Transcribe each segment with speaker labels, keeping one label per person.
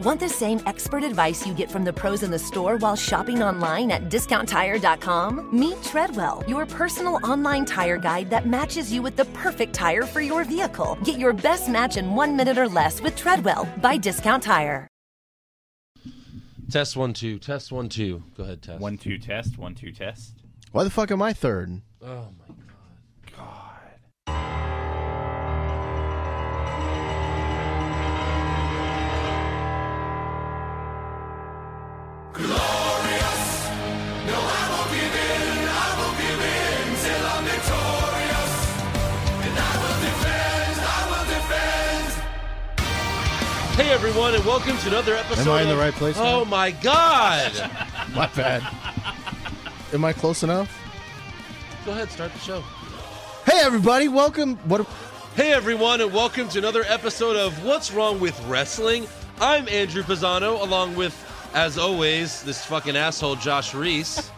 Speaker 1: Want the same expert advice you get from the pros in the store while shopping online at discounttire.com? Meet Treadwell, your personal online tire guide that matches you with the perfect tire for your vehicle. Get your best match in one minute or less with Treadwell by Discount Tire.
Speaker 2: Test one two. Test one two. Go ahead, test.
Speaker 3: One two test. One two test.
Speaker 4: Why the fuck am I third?
Speaker 2: Oh my. Hey everyone, and welcome to another episode.
Speaker 4: Am I in the
Speaker 2: of-
Speaker 4: right place now?
Speaker 2: Oh my god!
Speaker 4: My bad. am I close enough?
Speaker 2: Go ahead, start the show.
Speaker 4: Hey everybody, welcome. What? A,
Speaker 2: Hey everyone, and welcome to another episode of What's Wrong with Wrestling. I'm Andrew Pisano, along with, as always, this fucking asshole Josh Reese.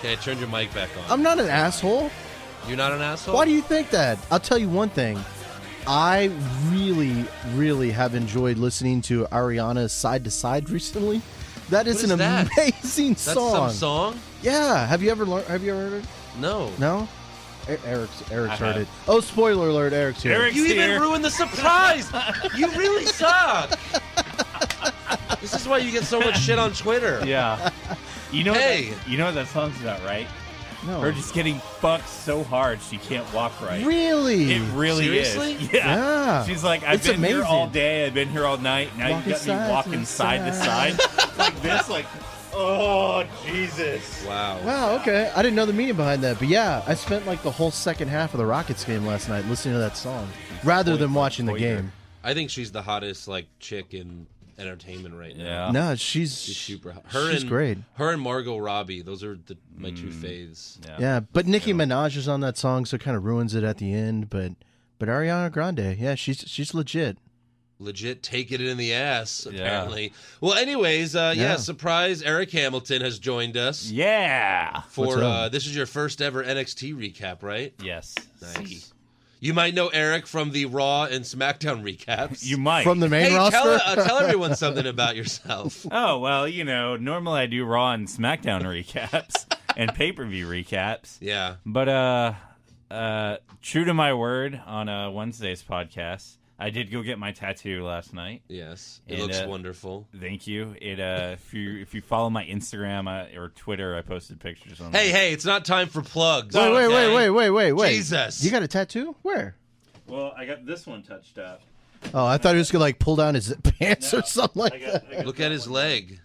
Speaker 2: okay, I turned your mic back on.
Speaker 4: I'm not an asshole.
Speaker 2: You're not an asshole.
Speaker 4: Um, Why do you think that? I'll tell you one thing. I really, really have enjoyed listening to Ariana's "Side to Side" recently. That is,
Speaker 2: What
Speaker 4: an
Speaker 2: is that?
Speaker 4: amazing
Speaker 2: That's some
Speaker 4: song.
Speaker 2: song.
Speaker 4: Yeah. Have you ever learned? Have you ever heard it?
Speaker 2: No.
Speaker 4: No. E- Eric's
Speaker 3: I
Speaker 4: Eric's heard
Speaker 3: have.
Speaker 4: it. Oh, spoiler alert! Eric's here.
Speaker 3: Eric's
Speaker 2: You
Speaker 3: here.
Speaker 2: even ruined the surprise. you really suck. this is why you get so much shit on Twitter.
Speaker 3: yeah. You know.
Speaker 2: Hey.
Speaker 3: That, you know what that song's about, right?
Speaker 4: No.
Speaker 3: Her just getting fucked so hard she can't walk right.
Speaker 4: Oh. Really?
Speaker 3: It really
Speaker 2: Seriously?
Speaker 3: is.
Speaker 4: Yeah.
Speaker 3: She's like, I've
Speaker 4: It's
Speaker 3: been here all
Speaker 4: amazing.
Speaker 3: day. I've been here all night. Now
Speaker 4: Walking
Speaker 3: you got
Speaker 4: side
Speaker 3: me
Speaker 4: to
Speaker 3: walking side to
Speaker 4: side.
Speaker 3: side, like this. Like, oh Jesus.
Speaker 2: Wow.
Speaker 4: Wow, okay. I didn't know the meaning behind that, but yeah, I spent like the whole second half of the Rockets game last night listening to that song rather than watching the
Speaker 3: Boinker.
Speaker 4: game.
Speaker 2: I think she's the hottest like chick in entertainment right now.
Speaker 3: Yeah.
Speaker 4: No, she's,
Speaker 2: She's super hot. Her
Speaker 4: she's
Speaker 2: and,
Speaker 4: great.
Speaker 2: Her and Margot Robbie. Those are the, my
Speaker 3: Mm.
Speaker 2: two faves.
Speaker 4: Yeah, but Nicki Minaj is on that song, so it kind of ruins it at the end. But but Ariana Grande, yeah, she's she's legit.
Speaker 2: Legit, take it in the ass. Apparently. Well, anyways, uh, yeah.
Speaker 4: Yeah.
Speaker 2: Surprise! Eric Hamilton has joined us
Speaker 3: Yeah.
Speaker 4: What's
Speaker 2: for
Speaker 4: up?
Speaker 2: uh, this is your first ever NXT recap, right?
Speaker 3: Yes.
Speaker 2: Nice. You might know Eric from the Raw and SmackDown recaps.
Speaker 3: You might.
Speaker 4: From the main
Speaker 2: hey,
Speaker 4: roster?
Speaker 2: tell, uh, tell everyone something about yourself.
Speaker 3: Oh well, you know, normally I do Raw and SmackDown recaps and pay per view recaps,
Speaker 2: Yeah.
Speaker 3: but uh, uh, true to my word, on uh, Wednesday's podcast, I did go get my tattoo last night.
Speaker 2: Yes. It
Speaker 3: And,
Speaker 2: looks
Speaker 3: uh,
Speaker 2: wonderful.
Speaker 3: Thank you. It uh, if you if you follow my Instagram uh, or Twitter, I posted pictures on.
Speaker 2: Hey,
Speaker 3: there.
Speaker 2: hey, it's not time for plugs.
Speaker 4: Wait, wait, wait, wait, wait, wait, wait.
Speaker 2: Jesus.
Speaker 4: You got a tattoo? Where?
Speaker 3: Well, I got this one touched up.
Speaker 4: Oh, I thought he was gonna like pull down his pants or something like that.
Speaker 2: Look at his leg.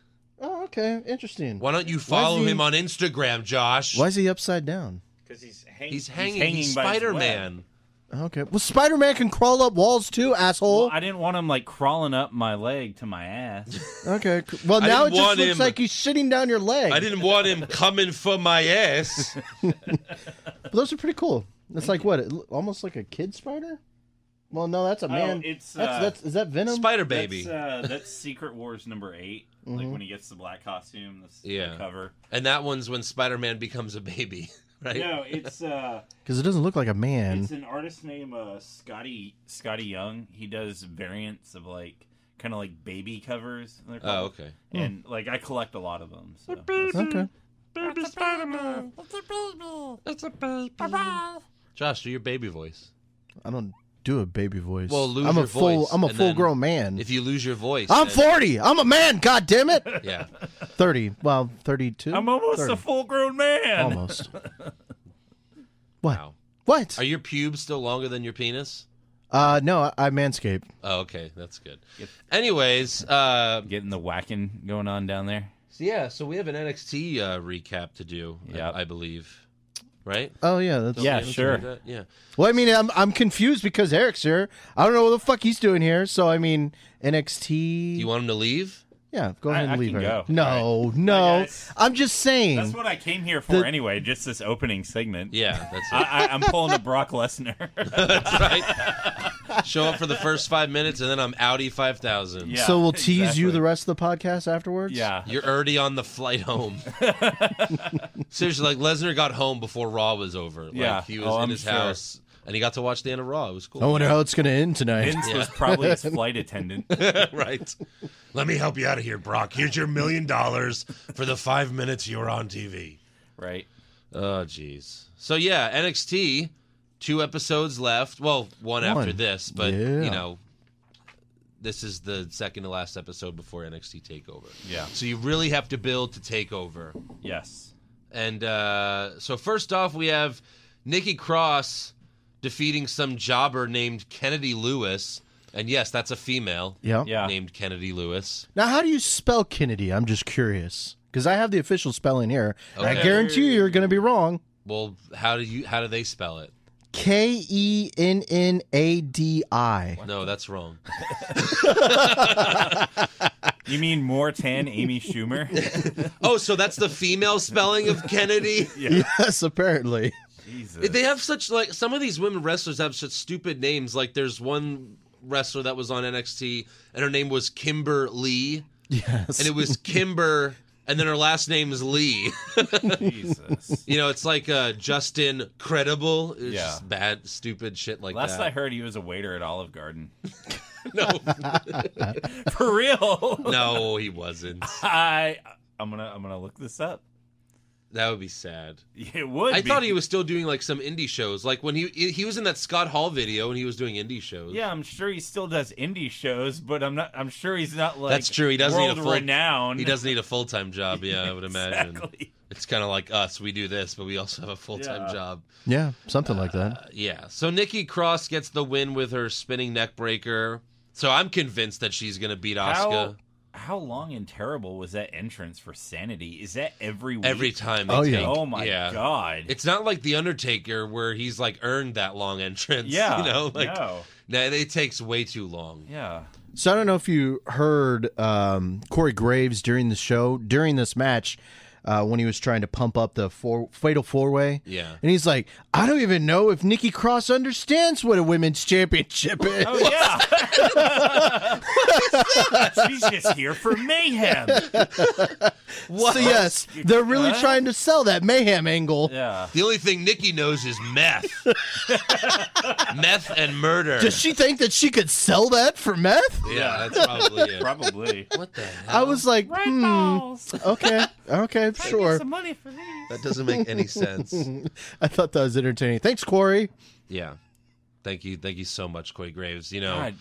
Speaker 4: Oh, okay, interesting.
Speaker 2: Why don't you follow
Speaker 4: he-
Speaker 2: him on Instagram, Josh?
Speaker 4: Why is he upside down?
Speaker 3: because he's
Speaker 2: He's hanging. He's Spider Man.
Speaker 4: Okay, well, Spider Man can crawl up walls too, asshole.
Speaker 3: Well, I didn't want him like crawling up my leg to my ass.
Speaker 4: Okay. c- Well,
Speaker 2: I
Speaker 4: now it
Speaker 2: didn't
Speaker 4: just
Speaker 2: want
Speaker 4: looks
Speaker 2: him.
Speaker 4: like he's sitting down your leg.
Speaker 2: I didn't want him coming for my ass.
Speaker 4: But those are pretty cool. It's like what? It, l- almost like a kid spider. Well, no, that's a man.
Speaker 3: it's,
Speaker 4: that's,
Speaker 3: uh,
Speaker 4: that's is that Venom?
Speaker 2: Spider Baby. Mm-hmm.
Speaker 3: That's, uh, that's Secret Wars number 8 Like when he gets the black costume, this
Speaker 2: Yeah.
Speaker 3: cover.
Speaker 2: And that one's when Spider Man becomes a baby, right?
Speaker 3: No, it's uh,
Speaker 4: Because it doesn't look like a man.
Speaker 3: it's an artist named uh, Scotty Scotty Young. He does variants of like kind of like baby covers. they're
Speaker 2: Oh,
Speaker 3: called.
Speaker 2: okay.
Speaker 3: And like I collect a lot of them. So.
Speaker 4: Okay.
Speaker 2: Josh, do your baby voice.
Speaker 4: I don't do a baby voice.
Speaker 2: Well, lose
Speaker 4: I'm a
Speaker 2: your
Speaker 4: full.
Speaker 2: voice,
Speaker 4: I'm a
Speaker 2: and
Speaker 4: full
Speaker 2: then
Speaker 4: grown man.
Speaker 2: If you lose your voice,
Speaker 4: I'm
Speaker 2: then-
Speaker 4: 40. I'm a man. God damn it.
Speaker 2: Yeah,
Speaker 4: 30. Well, 32.
Speaker 3: I'm almost
Speaker 4: 30.
Speaker 3: a full grown man.
Speaker 4: Almost. What?
Speaker 2: Wow.
Speaker 4: What?
Speaker 2: Are your pubes still longer than your penis?
Speaker 4: uh, no, I, I manscaped.
Speaker 2: Oh, okay, that's good.
Speaker 3: Yep.
Speaker 2: Anyways, uh,
Speaker 3: Getting the whacking going on down there.
Speaker 2: so yeah, so we have an NXT uh, recap to do. I-
Speaker 3: Yep.
Speaker 2: I believe. right?
Speaker 4: Oh yeah, that's
Speaker 2: Don't
Speaker 3: Yeah,
Speaker 2: they have something
Speaker 3: sure.
Speaker 2: like that? Yeah.
Speaker 4: Well, I mean, I'm I'm confused because Eric's here. I don't know what the fuck he's doing here. So I mean, NXT.
Speaker 2: You want him to leave?
Speaker 4: yeah, go
Speaker 3: I-
Speaker 4: ahead and
Speaker 3: I
Speaker 4: leave
Speaker 3: can
Speaker 4: Eric.
Speaker 3: go.
Speaker 4: No, no.
Speaker 3: guys.
Speaker 4: I'm just saying.
Speaker 3: That's what I came here for
Speaker 4: The-
Speaker 3: anyway. Just this opening segment.
Speaker 2: Yeah, that's it.
Speaker 3: I, I, I'm pulling a Brock Lesnar.
Speaker 2: That's right. Show up for the first five minutes, and then I'm Audi 5000.
Speaker 3: Yeah,
Speaker 4: so we'll tease you
Speaker 3: exactly.
Speaker 4: the rest of the podcast afterwards.
Speaker 3: yeah.
Speaker 2: You're already on the flight home. Seriously, like Lesnar got home before Raw was over. Like,
Speaker 3: Yeah.
Speaker 2: he was
Speaker 3: Oh,
Speaker 2: in
Speaker 3: I'm
Speaker 2: his
Speaker 3: sure.
Speaker 2: house, and he got to watch the end of Raw. It was cool.
Speaker 4: I wonder how it's gonna end tonight.
Speaker 3: Vince was probably his flight attendant.
Speaker 2: right. Let me help you out of here, Brock. Here's your million dollars for the five minutes you were on TV.
Speaker 3: Right.
Speaker 2: Oh, jeez. So yeah, NXT, two episodes left. Well, one, after
Speaker 4: One.
Speaker 2: this, but
Speaker 4: Yeah.
Speaker 2: you know, this is the second to last episode before NXT Takeover.
Speaker 3: Yeah.
Speaker 2: So you really have to build to Takeover.
Speaker 3: Yes.
Speaker 2: And uh, so first off, we have Nikki Cross defeating some jobber named Kennedy Lewis. And yes, that's a female
Speaker 4: yeah.
Speaker 3: Yeah.
Speaker 2: named Kennedy Lewis.
Speaker 4: Now, how do you spell Kennedy? I'm just curious because I have the official spelling here. And I
Speaker 2: Okay.
Speaker 4: guarantee you, you're gonna be wrong.
Speaker 2: Well, how do you how do they spell it?
Speaker 4: K e n n a d i.
Speaker 2: No, that's wrong.
Speaker 3: You mean more tan Amy Schumer?
Speaker 2: Oh, so that's the female spelling of Kennedy?
Speaker 4: Yes, apparently.
Speaker 3: Jesus.
Speaker 2: They have such like some of these women wrestlers have such stupid names. Like there's one wrestler that was on NXT and her name was Kimber Lee,
Speaker 4: Yes.
Speaker 2: and it was Kimber, and then her last name is Lee.
Speaker 3: Jesus.
Speaker 2: you know, it's like uh, Justin Credible. It's
Speaker 3: Yeah.
Speaker 2: just bad, stupid shit like
Speaker 3: Last I
Speaker 2: that.
Speaker 3: heard, he was a waiter at Olive Garden.
Speaker 2: no,
Speaker 3: For real?
Speaker 2: no, he wasn't.
Speaker 3: I. I'm gonna. I'm gonna look this up.
Speaker 2: That would be sad.
Speaker 3: It would.
Speaker 2: I
Speaker 3: be.
Speaker 2: thought he was still doing like some indie shows, like when he he was in that Scott Hall video and he was doing indie shows.
Speaker 3: Yeah, I'm sure he still does indie shows, but I'm not. I'm sure he's not like.
Speaker 2: That's true. He doesn't need a
Speaker 3: world
Speaker 2: full-
Speaker 3: renowned.
Speaker 2: He doesn't need a full time job, yeah, I would imagine.
Speaker 3: Exactly.
Speaker 2: It's kind of like us. We do this, but we also have a full time
Speaker 3: Yeah.
Speaker 2: job.
Speaker 4: yeah, something like that.
Speaker 2: Yeah. So Nikki Cross gets the win with her spinning neck breaker. So I'm convinced that she's going to beat
Speaker 3: How,
Speaker 2: Asuka
Speaker 3: how long and terrible was that entrance for Sanity? Is that every week?
Speaker 2: every time. They
Speaker 4: Oh,
Speaker 2: take,
Speaker 4: yeah.
Speaker 3: Oh my
Speaker 2: yeah.
Speaker 3: god.
Speaker 2: It's not like The Undertaker where he's like earned that long entrance.
Speaker 3: yeah.
Speaker 2: You know, like,
Speaker 3: no.
Speaker 2: nah, it takes way too long.
Speaker 3: Yeah.
Speaker 4: So I don't know if you heard um, Corey Graves during the show during this match uh, when he was trying to pump up the four, fatal four way.
Speaker 2: Yeah.
Speaker 4: and he's like, I don't even know if Nikki Cross understands what a women's championship is.
Speaker 3: Oh yeah. She's just here for mayhem.
Speaker 4: So yes, they're really trying to sell that mayhem angle.
Speaker 3: Yeah.
Speaker 2: The only thing Nikki knows is meth. meth and murder.
Speaker 4: Does she think that she could sell that for meth?
Speaker 2: yeah, that's probably it.
Speaker 3: Probably.
Speaker 2: What the hell?
Speaker 4: I was like,
Speaker 3: Red
Speaker 4: hmm,
Speaker 3: balls.
Speaker 4: okay, okay, sure.
Speaker 3: Some money for these.
Speaker 2: That doesn't make any sense.
Speaker 4: I thought that was entertaining. Thanks, Corey.
Speaker 2: yeah. Thank you. Thank you so much, Corey Graves. You know.
Speaker 3: God,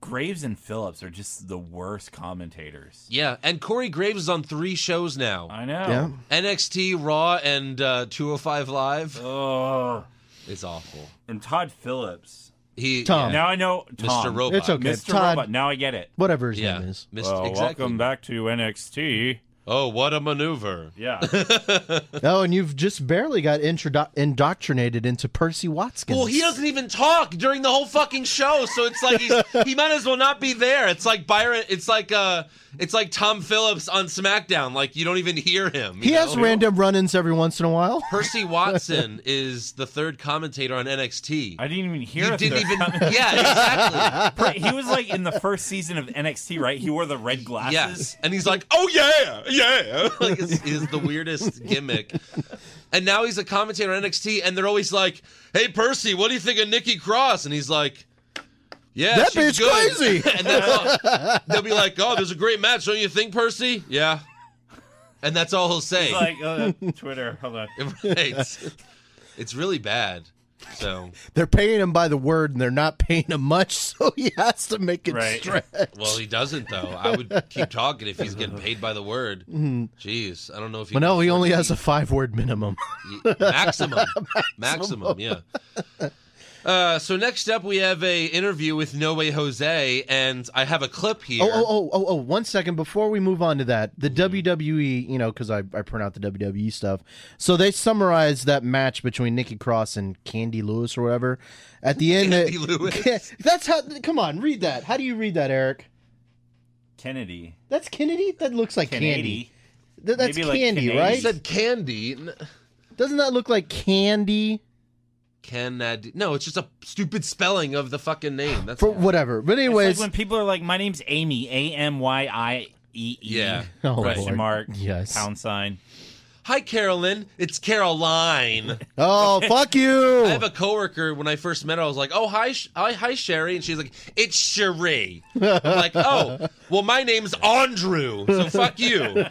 Speaker 3: Graves and Phillips are just the worst commentators.
Speaker 2: Yeah, and Corey Graves is on three shows now.
Speaker 3: I know.
Speaker 4: Yeah.
Speaker 2: NXT, Raw, and uh, 205 Live.
Speaker 3: Oh,
Speaker 2: It's awful.
Speaker 3: and Todd Phillips.
Speaker 2: He
Speaker 4: Tom.
Speaker 2: yeah,
Speaker 3: Now I know Tom.
Speaker 2: Mr. Robot.
Speaker 4: It's okay.
Speaker 3: Mr.
Speaker 4: Todd-
Speaker 3: Robot. Now I get it.
Speaker 4: Whatever his
Speaker 2: Yeah.
Speaker 4: name is.
Speaker 2: Mr.
Speaker 3: Well,
Speaker 2: exactly.
Speaker 3: welcome back to NXT.
Speaker 2: Oh, what a maneuver.
Speaker 3: Yeah.
Speaker 4: Oh, and you've just barely got introdu- indoctrinated into Percy Watson.
Speaker 2: Well, he doesn't even talk during the whole fucking show, so it's like he's, he might as well not be there. It's like Byron. It's like uh, it's like Tom Phillips on SmackDown. Like you don't even hear him. you
Speaker 4: He has
Speaker 2: know?
Speaker 4: random run-ins every once in a while.
Speaker 2: Percy Watson is the third commentator on NXT.
Speaker 3: I didn't even hear
Speaker 2: you
Speaker 3: him.
Speaker 2: didn't even. Yeah, exactly.
Speaker 3: he was like in the first season of NXT, right? He wore the red glasses.
Speaker 2: Yes. And he's like, oh, yeah, yeah. like, is, is the weirdest gimmick. And now he's a commentator on NXT, and they're always like, hey, Percy, what do you think of Nikki Cross? And he's like, yeah,
Speaker 4: That
Speaker 2: she's
Speaker 4: bitch
Speaker 2: good."
Speaker 4: crazy.
Speaker 2: and that's all. They'll be like, oh, there's a great match, don't you think, Percy? Yeah. And that's all he'll say.
Speaker 3: Like uh, Twitter. Hold on.
Speaker 2: Right. It's really bad. So,
Speaker 4: They're paying him by the word, and they're not paying him much, so he has to make it
Speaker 3: Right.
Speaker 4: stretch.
Speaker 2: well, he doesn't, though. I would keep talking if he's getting paid by the word. Jeez, I don't know if he.
Speaker 4: Mm-hmm. But
Speaker 2: can
Speaker 4: no, he
Speaker 2: afford
Speaker 4: only
Speaker 2: to
Speaker 4: has
Speaker 2: be-
Speaker 4: a five-word minimum.
Speaker 2: Y- maximum. maximum, yeah. Uh, so next up, we have a interview with No Way Jose, and I have a clip here.
Speaker 4: Oh, oh, oh, oh, oh, one second before we move on to that. The
Speaker 2: Mm-hmm.
Speaker 4: WWE, you know, because I, I print out the WWE stuff. So they summarized that match between Nikki Cross and Candy Lewis or whatever. At the end,
Speaker 2: Candy
Speaker 4: it-
Speaker 2: Lewis.
Speaker 4: that's how, come on, read that. How do you read that, Eric?
Speaker 3: Kennedy.
Speaker 4: That's Kennedy? That looks like
Speaker 3: Kennedy.
Speaker 4: Candy. Th- that's
Speaker 3: Maybe like
Speaker 4: Candy,
Speaker 3: Canadian.
Speaker 2: You
Speaker 4: right?
Speaker 2: said candy. N-
Speaker 4: Doesn't that look like Candy?
Speaker 2: Canadi. No, it's just a stupid spelling of the fucking name. That's
Speaker 4: For whatever. But,
Speaker 3: It's like
Speaker 4: anyways.
Speaker 3: when people are like, "My name's Amy, A M Y I E E."
Speaker 2: Yeah.
Speaker 4: Oh,
Speaker 3: Question
Speaker 4: Lord.
Speaker 3: mark.
Speaker 4: Yes.
Speaker 3: Pound sign.
Speaker 2: Hi, Carolyn. It's Caroline.
Speaker 4: Oh, fuck you.
Speaker 2: I have a coworker. When I first met her, I was like, "Oh, hi, Sh- hi, hi, Sherry," and she's like, "It's Cherie." I'm like, "Oh, well, my name's Andrew, so fuck you."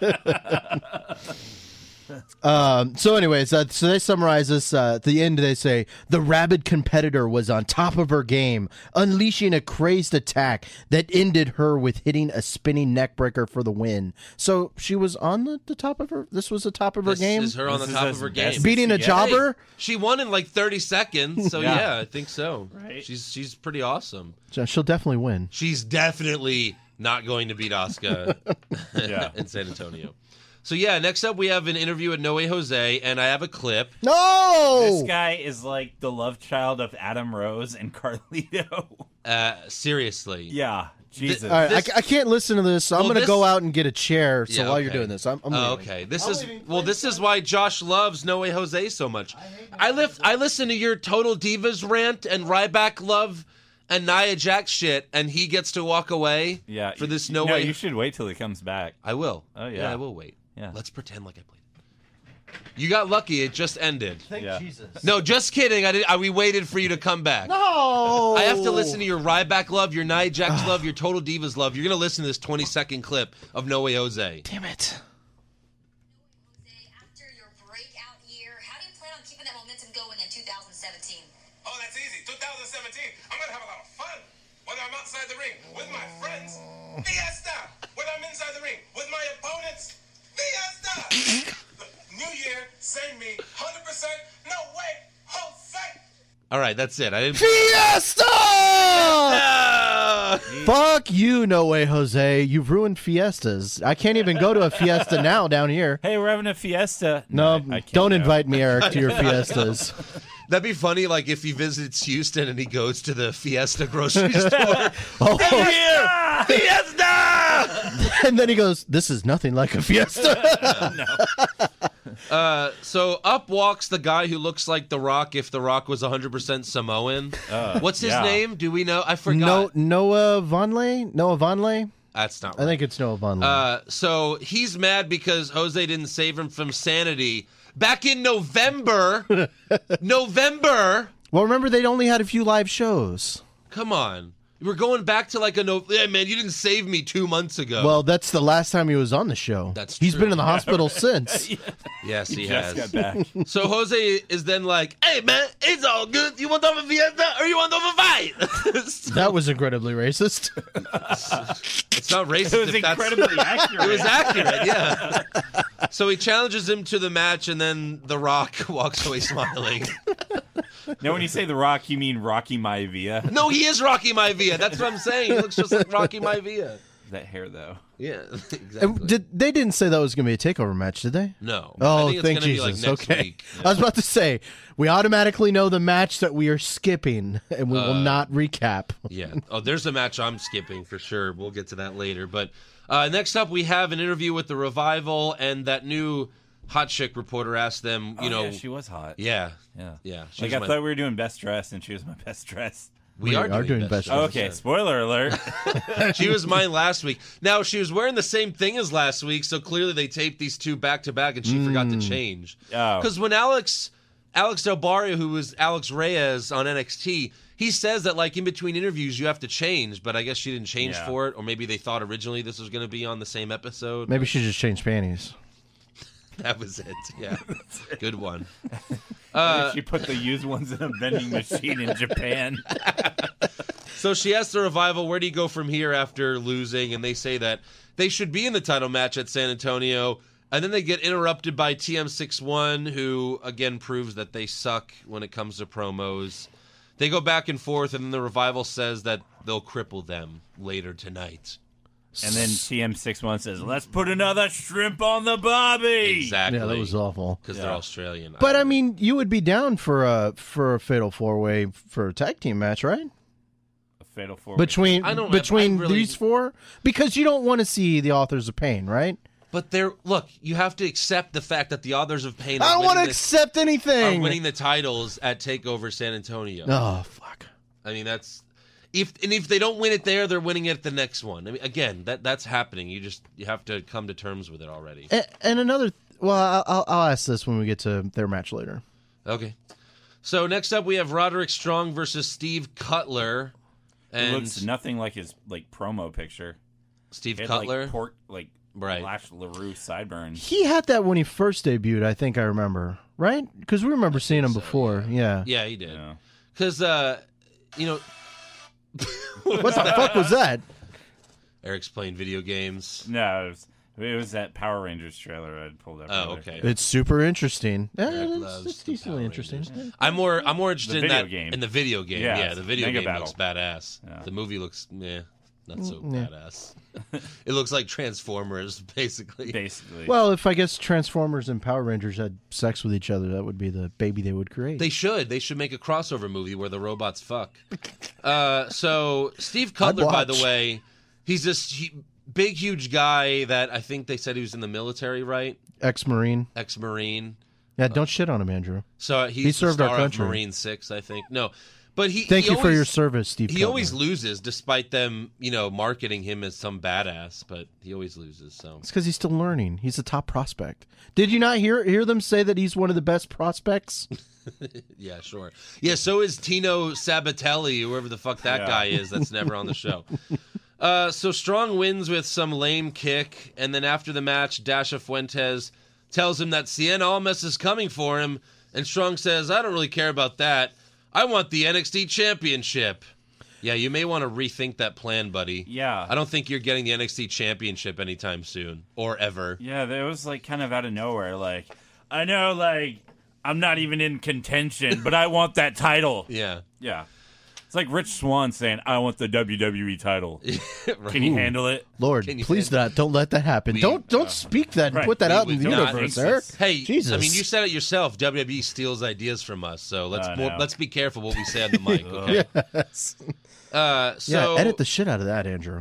Speaker 4: Um, so, anyways, uh, so they summarize this. Uh, at the end, they say the rabid competitor was on top of her game, unleashing a crazed attack that ended her with hitting a spinning neckbreaker for the win. So she was on the, the top of her. This was the top of her
Speaker 2: This
Speaker 4: game,
Speaker 2: is her on
Speaker 3: This
Speaker 2: the
Speaker 3: is
Speaker 2: top
Speaker 3: as
Speaker 2: of her
Speaker 3: best
Speaker 2: game.
Speaker 4: beating a
Speaker 3: Yeah.
Speaker 4: jobber.
Speaker 2: Hey, she won in like 30 seconds, so
Speaker 3: Yeah.
Speaker 2: yeah, I think so. Right. She's she's pretty awesome.
Speaker 4: So She'll definitely win.
Speaker 2: She's definitely not going to beat Asuka
Speaker 3: Yeah.
Speaker 2: in San Antonio. So yeah, next up we have an interview with Noe Jose, and I have a clip.
Speaker 4: No,
Speaker 3: This
Speaker 2: Oh.
Speaker 3: guy is like the love child of Adam Rose and Carlito.
Speaker 2: Uh, seriously,
Speaker 3: yeah. Jesus.
Speaker 4: All right, I
Speaker 2: this-
Speaker 4: ca- I, can't listen to this. So I'm
Speaker 2: Well,
Speaker 4: going to
Speaker 2: this-
Speaker 4: go out and get a chair. So
Speaker 2: Yeah,
Speaker 4: while you're
Speaker 2: okay.
Speaker 4: doing this, I'm, I'm
Speaker 2: Oh,
Speaker 4: leaving.
Speaker 2: okay. This is well. This is why Josh loves Noe Jose so much. I lift. I listen to your Total Divas rant and Ryback love and Nia Jax shit, and he gets to walk away.
Speaker 3: yeah.
Speaker 2: For this
Speaker 3: you-
Speaker 2: no,
Speaker 3: No,
Speaker 2: way.
Speaker 3: you should wait till he comes back.
Speaker 2: I will.
Speaker 3: Oh, yeah.
Speaker 2: I will wait.
Speaker 3: Yeah.
Speaker 2: Let's pretend like I played. it. You got lucky. It just ended.
Speaker 4: Thank
Speaker 3: Yeah.
Speaker 4: Jesus.
Speaker 2: No, just kidding. I did. I, we waited for you to come back.
Speaker 4: No,
Speaker 2: I have to listen to your Ryback love, your Nia Jax love, your Total Divas love. You're gonna listen to this 20 second clip of Noe Jose.
Speaker 4: Damn it.
Speaker 5: After your breakout year, how do you plan on keeping that momentum going in 2017?
Speaker 6: Oh, that's easy. 2017. I'm gonna have a lot of fun when I'm outside the ring with my friends. Fiesta. When I'm inside the ring with my opponents. Fiesta. Look, New year, same me, 100%. No way, Jose.
Speaker 2: All right, that's it. I didn't.
Speaker 4: Fiesta!
Speaker 2: Ah!
Speaker 4: Fuck you, no way, Jose. You've ruined fiestas. I can't even go to a fiesta now down here.
Speaker 3: Hey, we're having a fiesta.
Speaker 4: No,
Speaker 3: I- I can't
Speaker 4: don't
Speaker 3: go.
Speaker 4: invite me, Eric, to your fiestas.
Speaker 2: That'd be funny, like if he visits Houston and he goes to the Fiesta grocery store.
Speaker 4: Oh,
Speaker 2: Fiesta!
Speaker 4: and then he goes, "This is nothing like a fiesta."
Speaker 2: So up walks the guy who looks like The Rock if The Rock was 100% Samoan. What's his
Speaker 3: yeah.
Speaker 2: name? Do we know? I
Speaker 4: no,
Speaker 2: forgot.
Speaker 4: Noah Vonley. Noah Vonley.
Speaker 2: That's not right.
Speaker 4: I think it's Noah Vonley.
Speaker 2: Uh, so he's mad because Jose didn't save him from sanity back in November. November.
Speaker 4: well, remember they only had a few live shows.
Speaker 2: Come on. We're going back to like a no. Yeah, man, you didn't save me two months ago.
Speaker 4: Well, that's the last time he was on the show.
Speaker 2: That's
Speaker 4: He's
Speaker 2: true.
Speaker 4: been in the hospital since.
Speaker 2: yes, he
Speaker 3: Just
Speaker 2: has.
Speaker 3: got back.
Speaker 2: So Jose is then like, "Hey man, it's all good. You want to have a fiesta or you want to have a fight?"
Speaker 4: That was incredibly racist.
Speaker 2: it's not racist.
Speaker 3: It was
Speaker 2: if that's-
Speaker 3: incredibly accurate.
Speaker 2: It was accurate, yeah. So he challenges him to the match, and then The Rock walks away smiling.
Speaker 3: now, when you say The Rock, you mean Rocky Maivia.
Speaker 2: No, he is Rocky Maivia. That's what I'm saying. He looks just like Rocky Maivia.
Speaker 3: That hair, though.
Speaker 2: Yeah, exactly.
Speaker 4: And did they didn't say that was going to be a takeover match, did they?
Speaker 2: no. I
Speaker 4: Oh,
Speaker 2: think it's
Speaker 4: thank
Speaker 2: gonna
Speaker 4: Jesus.
Speaker 2: Be like next
Speaker 4: okay.
Speaker 2: Week.
Speaker 4: I was about to say, we automatically know the match that we are skipping and we will not recap.
Speaker 2: Uh, Yeah. Oh, there's a match I'm skipping for sure. We'll get to that later. But uh, next up, we have an interview with the revival, and that new hot chick reporter asked them, you
Speaker 3: Oh,
Speaker 2: know,
Speaker 3: yeah, she was hot.
Speaker 2: yeah,
Speaker 3: Yeah.
Speaker 2: yeah, she
Speaker 3: Like,
Speaker 2: was
Speaker 3: I
Speaker 2: my-
Speaker 3: thought we were doing best dress, and she was my best dress.
Speaker 2: we,
Speaker 4: We
Speaker 2: are, doing, best.
Speaker 4: Dress.
Speaker 3: Okay, spoiler alert.
Speaker 2: she was mine last week. Now she was wearing the same thing as last week, so clearly they taped these two back to back, and she forgot to change.
Speaker 3: Hmm. Oh.
Speaker 2: Because when Alex Alex Del Barrio, who was Alex Reyes on NXT, he says that like in between interviews you have to change, but I guess she didn't change
Speaker 3: Yeah.
Speaker 2: for it, or maybe they thought originally this was going to be on the same episode.
Speaker 4: Maybe she just changed panties.
Speaker 2: That was it. Yeah, good one. Uh,
Speaker 3: she put the used ones in a vending machine in Japan.
Speaker 2: So she asks the revival, "Where do you go from here after losing?" And they say that they should be in the title match at San Antonio, and then they get interrupted by TM61, who again proves that they suck when it comes to promos. They go back and forth, and the revival says that they'll cripple them later tonight.
Speaker 3: And then TM61 says, let's put another shrimp on the bobby.
Speaker 2: Exactly.
Speaker 4: Yeah, that was awful.
Speaker 2: because they're Australian.
Speaker 4: But I mean, you would be down for a for a fatal four way for a tag team match, right?
Speaker 3: A fatal four.
Speaker 4: Between
Speaker 2: I don't- I-
Speaker 4: between
Speaker 2: I really-
Speaker 4: these four, because you don't want to see the authors of pain, right?
Speaker 2: but they're look. You have to accept the fact that the authors of pain.
Speaker 4: I
Speaker 2: are
Speaker 4: don't want to
Speaker 2: winning the-
Speaker 4: accept
Speaker 2: Are
Speaker 4: anything.
Speaker 2: winning the titles at Takeover San Antonio.
Speaker 4: oh fuck!
Speaker 2: I mean, that's if and if they don't win it there, they're winning it at the next one. I mean, again, that that's happening. You just you have to come to terms with it already.
Speaker 4: And, and another. Well, I'll, I'll- I'll ask this when we get to their match later.
Speaker 2: Okay. So next up, we have Roderick Strong versus Steve Cutler.
Speaker 3: It
Speaker 2: And
Speaker 3: looks nothing like his like promo picture.
Speaker 2: Steve
Speaker 3: It had,
Speaker 2: Cutler.
Speaker 3: like pork like
Speaker 2: Right.
Speaker 3: Lash LaRue sideburns.
Speaker 4: He had that when he first debuted, I think I remember, right? Because we remember seeing him before. yeah.
Speaker 2: yeah, he did.
Speaker 3: Yeah.
Speaker 2: Because uh, you know,
Speaker 4: What the fuck was that?
Speaker 2: Eric's playing video games.
Speaker 3: No, it was, it was that Power Rangers trailer I'd pulled up.
Speaker 2: Oh,
Speaker 3: earlier.
Speaker 2: okay.
Speaker 4: It's super interesting. Eh,
Speaker 2: loves
Speaker 4: it's, it's
Speaker 2: the
Speaker 4: decently
Speaker 2: Power
Speaker 4: interesting.
Speaker 2: I'm more I'm more interested in
Speaker 3: video
Speaker 2: that
Speaker 3: game.
Speaker 2: in the video game.
Speaker 3: Yeah,
Speaker 2: Yeah,
Speaker 3: it's
Speaker 2: the video
Speaker 3: Mega
Speaker 2: game
Speaker 3: Battle.
Speaker 2: looks badass.
Speaker 3: Yeah.
Speaker 2: The movie looks yeah, not so
Speaker 4: yeah.
Speaker 2: badass. it looks like Transformers basically.
Speaker 3: Basically.
Speaker 4: Well, if I guess Transformers and Power Rangers had sex with each other, that would be the baby they would create.
Speaker 2: They should. They should make a crossover movie where the robots fuck. Uh, so Steve
Speaker 4: I'd
Speaker 2: Cutler, by
Speaker 4: watch.
Speaker 2: the way, he's this hu- big, huge guy that I think they said he was in the military, right?
Speaker 4: Ex-marine.
Speaker 2: Ex-marine.
Speaker 4: Yeah, don't shit on him, Andrew.
Speaker 2: So uh, he's
Speaker 4: He
Speaker 2: the
Speaker 4: served our
Speaker 2: star of
Speaker 4: country.
Speaker 2: Marine Six, I think. No, but he.
Speaker 4: Thank
Speaker 2: he
Speaker 4: you for
Speaker 2: always-
Speaker 4: your service, Steve.
Speaker 2: He
Speaker 4: Cutler.
Speaker 2: always loses, despite them, you know, marketing him as some badass. But he always loses. So
Speaker 4: It's because he's still learning. He's a top prospect. Did you not hear hear them say that he's one of the best prospects?
Speaker 2: yeah, sure. Yeah, so is Tino Sabatelli, whoever the fuck that
Speaker 3: Yeah.
Speaker 2: guy is. That's never on the show. Uh, so Strong wins with some lame kick, and then after the match, Dasha Fuentes tells him that Cien Almas is coming for him, and Strong says, "I don't really care about that. I want the NXT Championship." Yeah, you may want to rethink that plan, buddy.
Speaker 3: Yeah.
Speaker 2: I don't think you're getting the NXT Championship anytime soon or ever.
Speaker 3: yeah, that was like kind of out of nowhere. Like, I know, like, I'm not even in contention, but I want that title.
Speaker 2: Yeah.
Speaker 3: Yeah. It's like Rich Swan saying, I want the WWE title.
Speaker 2: Right.
Speaker 3: Can you handle it?
Speaker 4: Lord,
Speaker 2: Can you
Speaker 4: please
Speaker 2: handle-
Speaker 4: not. Don't let that happen. don't don't speak that and
Speaker 3: Right.
Speaker 4: put that
Speaker 3: We
Speaker 4: out in
Speaker 2: uh, would
Speaker 4: the
Speaker 2: not
Speaker 4: universe,
Speaker 3: think
Speaker 4: Eric.
Speaker 3: this.
Speaker 2: Hey,
Speaker 4: Jesus.
Speaker 2: I mean, you said it yourself. WWE steals ideas from us, so let's
Speaker 3: I
Speaker 2: more,
Speaker 3: know.
Speaker 2: let's be careful what we say on the mic. Okay.
Speaker 4: Yes.
Speaker 2: Uh,
Speaker 4: Yeah,
Speaker 2: so
Speaker 4: edit the shit out of that, Andrew.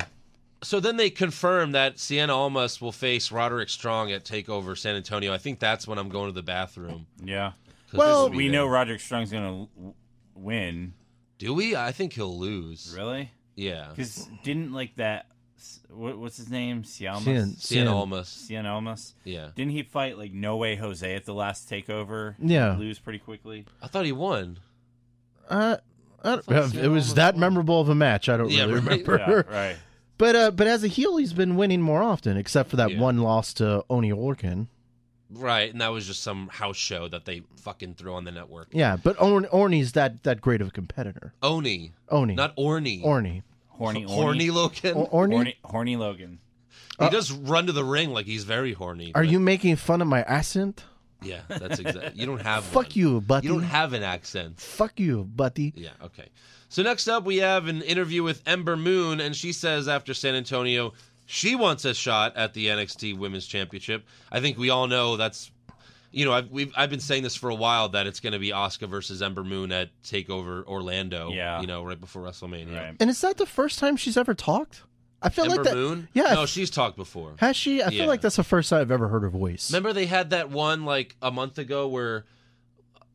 Speaker 2: so then they confirm that Sienna Almas will face Roderick Strong at Takeover San Antonio. I think that's when I'm going to the bathroom. 'cause
Speaker 3: Yeah.
Speaker 2: this
Speaker 4: Well,
Speaker 2: will be
Speaker 3: We
Speaker 2: there.
Speaker 3: know Roderick Strong's going to win.
Speaker 2: Do we? I think he'll lose.
Speaker 3: Really?
Speaker 2: Yeah.
Speaker 3: Because didn't, like, that. What, what's his name?
Speaker 4: Sin-
Speaker 3: Siamas?
Speaker 2: Sienna
Speaker 4: sin.
Speaker 2: Almas.
Speaker 3: Cien Almas?
Speaker 2: Yeah.
Speaker 3: Didn't he fight, like, No Way Jose at the last takeover?
Speaker 4: Yeah.
Speaker 3: Lose pretty quickly?
Speaker 2: I thought he won.
Speaker 4: Uh, I don't,
Speaker 2: That's
Speaker 4: it was that memorable of a match. I don't
Speaker 2: Yeah,
Speaker 4: really
Speaker 2: right.
Speaker 4: remember.
Speaker 3: Yeah, right.
Speaker 4: But uh, but as a heel, he's been winning more often, except for that
Speaker 2: Yeah.
Speaker 4: one loss to Oni Orkin.
Speaker 2: Right, and that was just some house show that they fucking threw on the network.
Speaker 4: Yeah, but Orn- Orny's that that great of a competitor.
Speaker 2: Oni,
Speaker 4: Oni,
Speaker 2: not Orny.
Speaker 4: Orny.
Speaker 2: Horny
Speaker 3: Horny, horny,
Speaker 2: Logan.
Speaker 4: Or- Orny.
Speaker 3: horny, horny Logan.
Speaker 2: he does run to the ring like he's very horny.
Speaker 4: Are
Speaker 2: but-
Speaker 4: you making fun of my accent?
Speaker 2: Yeah, that's exactly. You don't have.
Speaker 4: Fuck
Speaker 2: one.
Speaker 4: you, buddy.
Speaker 2: You don't have an accent.
Speaker 4: Fuck you, buddy.
Speaker 2: Yeah. Okay. So next up, we have an interview with Ember Moon, and she says after San Antonio, she wants a shot at the NXT Women's Championship. I think we all know that's. You know, I've we've, I've been saying this for a while that it's going to be Oscar versus Ember Moon at Takeover Orlando.
Speaker 3: Yeah.
Speaker 2: You know, right before WrestleMania.
Speaker 3: Right.
Speaker 4: And is that the first time she's ever talked? I feel
Speaker 2: Ember
Speaker 4: like that.
Speaker 2: Moon.
Speaker 4: Yeah.
Speaker 2: No, she's talked before.
Speaker 4: has she? I
Speaker 2: Yeah.
Speaker 4: feel like that's the first time I've ever heard her voice.
Speaker 2: Remember they had that one like a month ago where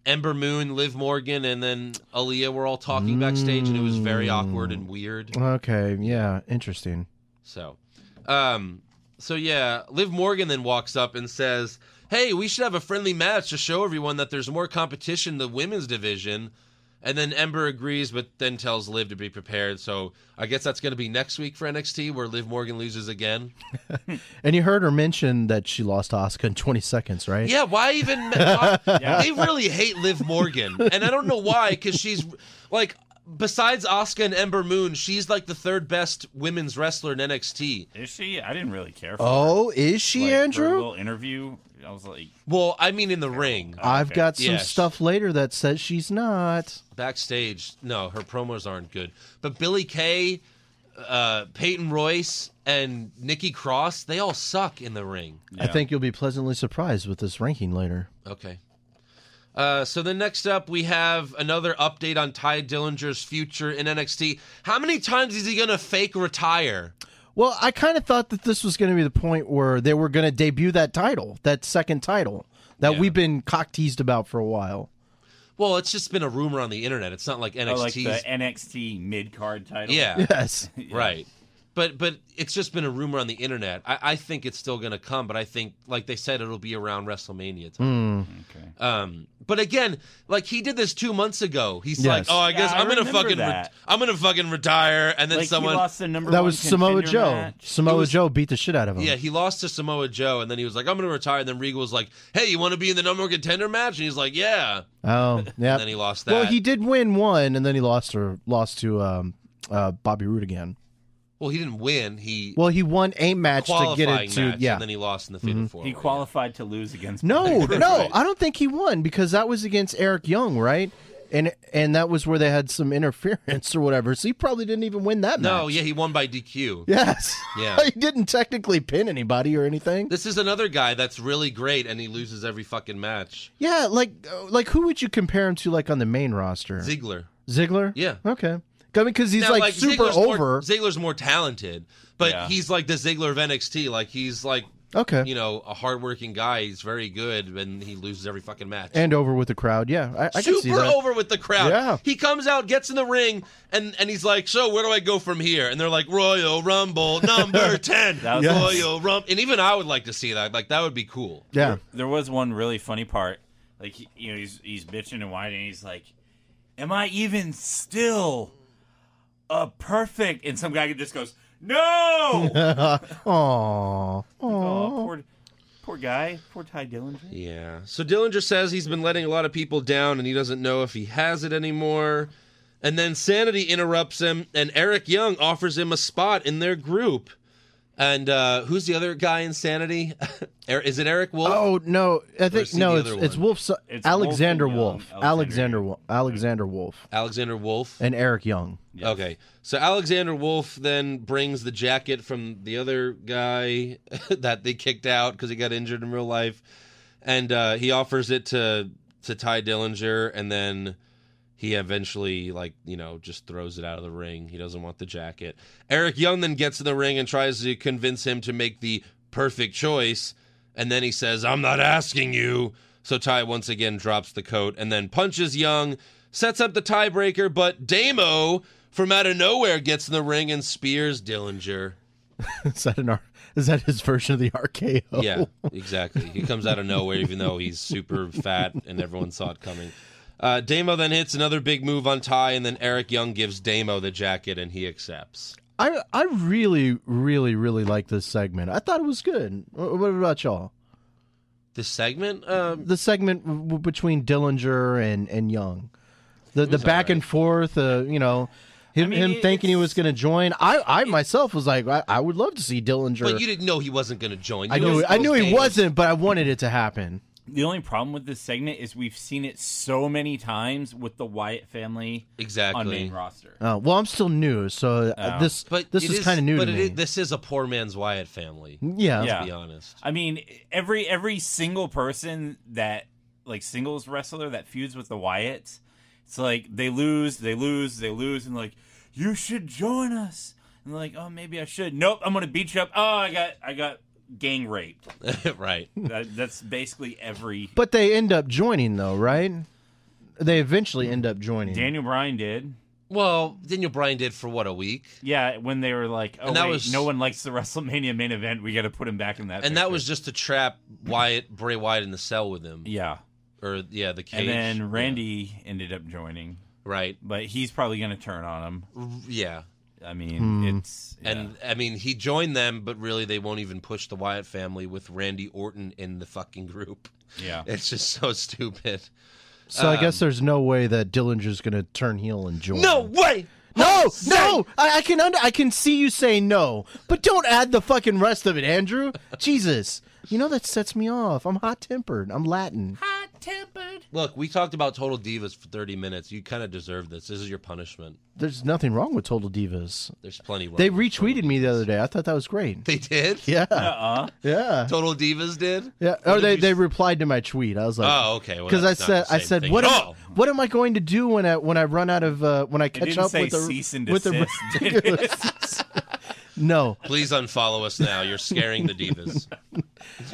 Speaker 2: Ember Moon, Liv Morgan, and then Aaliyah were all talking backstage, and it was very awkward and weird.
Speaker 4: Okay. Yeah. Interesting.
Speaker 2: So, um, so yeah, Liv Morgan then walks up and says, "Hey, we should have a friendly match to show everyone that there's more competition in the women's division." And then Ember agrees, but then tells Liv to be prepared. So I guess that's going to be next week for NXT, where Liv Morgan loses again.
Speaker 4: And you heard her mention that she lost to Asuka in 20 seconds, right?
Speaker 2: Yeah, why even? Why, They really hate Liv Morgan, and I don't know why, because she's like besides Asuka and Ember Moon, she's like the third best women's wrestler in NXT.
Speaker 3: Is she? I didn't really care for her.
Speaker 4: Oh, is she
Speaker 3: Like, her
Speaker 4: Andrew?
Speaker 3: little interview. I was like,
Speaker 2: Well, I mean in the ring,
Speaker 4: I've
Speaker 3: Okay.
Speaker 4: got some
Speaker 2: Yeah, she-
Speaker 4: stuff later that says she's not.
Speaker 2: backstage. No, her promos aren't good. But Billy Kay, uh, Peyton Royce, and Nikki Cross, they all suck in the ring.
Speaker 4: I think you'll be pleasantly surprised with this ranking later.
Speaker 2: Okay. Uh, so then next up, we have another update on Ty Dillinger's future in NXT. How many times is he going to fake retire?
Speaker 4: Well, I kind of thought that this was going to be the point where they were going to debut that title, that second title that we've been cock teased about for a while.
Speaker 2: Well, it's just been a rumor on the internet. It's not like
Speaker 3: oh, like
Speaker 2: NXT's.
Speaker 3: the NXT mid card title.
Speaker 2: yeah,
Speaker 4: Yes.
Speaker 2: right. But but it's just been a rumor on the internet. I, I think it's still going to come, but I think like they said, it'll be around WrestleMania time.
Speaker 4: Hmm.
Speaker 3: Okay.
Speaker 2: Um, but again, like he did this two months ago. He's like,
Speaker 4: Yes.
Speaker 2: oh, I guess
Speaker 3: Yeah, I
Speaker 2: I'm going to
Speaker 3: remember
Speaker 2: fucking, re-
Speaker 3: that.
Speaker 2: I'm going to fucking retire, and then
Speaker 3: like
Speaker 2: someone
Speaker 3: he lost the number
Speaker 4: That
Speaker 3: one
Speaker 4: was Samoa
Speaker 3: contender
Speaker 4: Joe.
Speaker 3: match.
Speaker 4: Samoa Joe beat the shit out of him.
Speaker 2: Yeah, he lost to Samoa Joe, and then he was like, "I'm going to retire." And then Regal was like, "Hey, you want to be in the number one contender match?" And he's like, "Yeah."
Speaker 4: Oh, yeah.
Speaker 2: then he lost
Speaker 4: Well,
Speaker 2: that.
Speaker 4: he did win one, and then he lost or lost to um, uh, Bobby Roode again.
Speaker 2: Well, he didn't win. He
Speaker 4: Well, he won a match to get
Speaker 2: qualifying
Speaker 4: it to
Speaker 2: match,
Speaker 4: yeah. Mm-hmm.
Speaker 2: and then he lost in the fatal four.
Speaker 3: He qualified to lose against.
Speaker 4: No,
Speaker 3: Brock.
Speaker 4: no,
Speaker 2: Right.
Speaker 4: I don't think he won because that was against Eric Young, right? And and that was where they had some interference or whatever. So he probably didn't even win that match.
Speaker 2: No, yeah, he won by DQ.
Speaker 4: Yes.
Speaker 2: Yeah.
Speaker 4: he didn't technically pin anybody or anything.
Speaker 2: This is another guy that's really great, and he loses every fucking match.
Speaker 4: Yeah, like uh, like who would you compare him to like on the main roster?
Speaker 2: Ziggler.
Speaker 4: Ziggler?
Speaker 2: Yeah.
Speaker 4: Okay. I mean, because he's
Speaker 2: Now,
Speaker 4: like, super
Speaker 2: Ziggler's more-
Speaker 4: over.
Speaker 2: Ziggler's more talented, but
Speaker 3: Yeah.
Speaker 2: he's like the Ziggler of NXT. Like he's like
Speaker 4: okay.
Speaker 2: you know a hardworking guy. He's very good, and he loses every fucking match.
Speaker 4: and over with the crowd. Yeah. I, I can see
Speaker 2: super
Speaker 4: that.
Speaker 2: over with the crowd.
Speaker 4: Yeah.
Speaker 2: He comes out, gets in the ring, and, and he's like, So where do I go from here? And they're like, Royal Rumble number 10.
Speaker 3: That was-
Speaker 2: Royal Rumble. And even I would like to see that. Like, that would be cool.
Speaker 4: Yeah.
Speaker 3: there was one really funny part. Like he- you know, he's he's bitching and whining. He's like, "Am I even still a perfect?" And some guy just goes, "No." Like,
Speaker 4: Aw.
Speaker 3: oh, poor, poor guy, poor Ty Dillinger.
Speaker 2: Yeah. So Dillinger says he's been letting a lot of people down and he doesn't know if he has it anymore. And then Sanity interrupts him, and Eric Young offers him a spot in their group. And uh, who's the other guy in Sanity? Er- Is it Eric Wolf?
Speaker 4: Oh no! I
Speaker 2: Or is
Speaker 4: think
Speaker 2: he
Speaker 4: no.
Speaker 2: the
Speaker 4: It's
Speaker 2: other
Speaker 4: it's
Speaker 2: one?
Speaker 4: Wolf.
Speaker 3: It's
Speaker 4: Alexander
Speaker 3: Wolf
Speaker 4: Wolf.
Speaker 3: and Young. Alexander
Speaker 4: Alexander Wolf. Alexander Wolf.
Speaker 2: Alexander Wolf.
Speaker 4: And Eric Young.
Speaker 2: Okay. So Alexander Wolf then brings the jacket from the other guy that they kicked out because he got injured in real life, and uh, he offers it to to Ty Dillinger, and then he eventually like you know just throws it out of the ring. He doesn't want the jacket. Eric Young then gets in the ring and tries to convince him to make the perfect choice, and then he says, "I'm not asking you." So Ty once again drops the coat and then punches Young, sets up the tiebreaker, but Damo from out of nowhere gets in the ring and spears Dillinger.
Speaker 4: Is that an R? Is that his version of the RKO?
Speaker 2: Yeah, exactly. He comes out of nowhere, even though he's super fat and everyone saw it coming. Uh, Damo then hits another big move on Ty, and then Eric Young gives Damo the jacket, and he accepts.
Speaker 4: I I really really really like this segment. I thought it was good. Wh- What about y'all?
Speaker 2: This segment, um,
Speaker 4: The segment w- w- between Dillinger and and Young, the the back and forth. Uh, you know. Him,
Speaker 3: mean,
Speaker 4: him thinking he
Speaker 3: it's-
Speaker 4: was going to join. I, I myself was like, I, I would love to see Dillinger.
Speaker 2: but you didn't know he wasn't going to join. You
Speaker 4: I knew
Speaker 2: know,
Speaker 4: I knew he
Speaker 2: Damo-
Speaker 4: wasn't, but I wanted it to happen.
Speaker 3: The only problem with this segment is we've seen it so many times with the Wyatt family
Speaker 2: Exactly.
Speaker 3: on main roster.
Speaker 4: Uh, well, I'm still new, so uh, this
Speaker 2: Oh. But
Speaker 4: this
Speaker 2: it
Speaker 4: is kind of new
Speaker 2: But
Speaker 4: to
Speaker 2: it
Speaker 4: me.
Speaker 2: is- this is a poor man's Wyatt family. To
Speaker 4: yeah,
Speaker 3: Yeah.
Speaker 2: be honest.
Speaker 3: I mean, every every single person that like singles wrestler that feuds with the Wyatts, it's like they lose, they lose, they lose, and like you should join us, and they're like oh maybe I should. Nope, I'm gonna beat you up. Oh, I got I got gang raped.
Speaker 2: right.
Speaker 3: that, that's basically every
Speaker 4: But they end up joining, though, right? They eventually end up joining.
Speaker 3: Daniel Bryan did.
Speaker 2: Well, Daniel Bryan did for what a week,
Speaker 3: Yeah, when they were like, oh
Speaker 2: And that
Speaker 3: wait,
Speaker 2: was-
Speaker 3: no one likes the WrestleMania main event, we got to put him back in that.
Speaker 2: and that
Speaker 3: picture."
Speaker 2: was just to trap Wyatt Bray Wyatt in the cell with him,
Speaker 3: yeah.
Speaker 2: or yeah, the cage.
Speaker 3: And
Speaker 2: Yeah.
Speaker 3: then Randy ended up joining,
Speaker 2: right?
Speaker 3: but he's probably gonna turn on him.
Speaker 2: Yeah.
Speaker 3: I mean, it's
Speaker 2: And I mean, he joined them, but really, they won't even push the Wyatt family with Randy Orton in the fucking group.
Speaker 3: yeah.
Speaker 2: It's just so stupid.
Speaker 4: So I guess there's no way that Dillinger's going to turn heel and join.
Speaker 2: Um, No way.
Speaker 4: No, no, I, I can under, I can see you say no, but don't add the fucking rest of it, Andrew. Jesus, you know that sets me off. I'm hot tempered. I'm Latin.
Speaker 2: Look, we talked about total divas for 30 minutes. You kind of deserve this. This is your punishment.
Speaker 4: There's nothing wrong with Total Divas.
Speaker 2: There's plenty. wrong
Speaker 4: They
Speaker 2: with Total
Speaker 4: retweeted me the
Speaker 2: Divas.
Speaker 4: other day. I thought that was great.
Speaker 2: They did.
Speaker 4: Yeah,
Speaker 3: Uh-uh.
Speaker 4: yeah,
Speaker 2: Total divas did.
Speaker 4: yeah. Or they, they replied to my tweet. I was like,
Speaker 2: Oh, okay. Well,
Speaker 4: because I
Speaker 2: that's not
Speaker 4: said
Speaker 2: the
Speaker 4: I
Speaker 2: same
Speaker 4: said
Speaker 2: thing
Speaker 4: what
Speaker 2: at
Speaker 4: am,
Speaker 2: all.
Speaker 4: what am I going to do when I when I run out of uh, when I
Speaker 3: It
Speaker 4: catch
Speaker 3: didn't
Speaker 4: up
Speaker 3: say
Speaker 4: with the
Speaker 3: cease and
Speaker 4: with the
Speaker 3: desist. did it?
Speaker 4: no.
Speaker 2: Please unfollow us now. You're scaring the divas.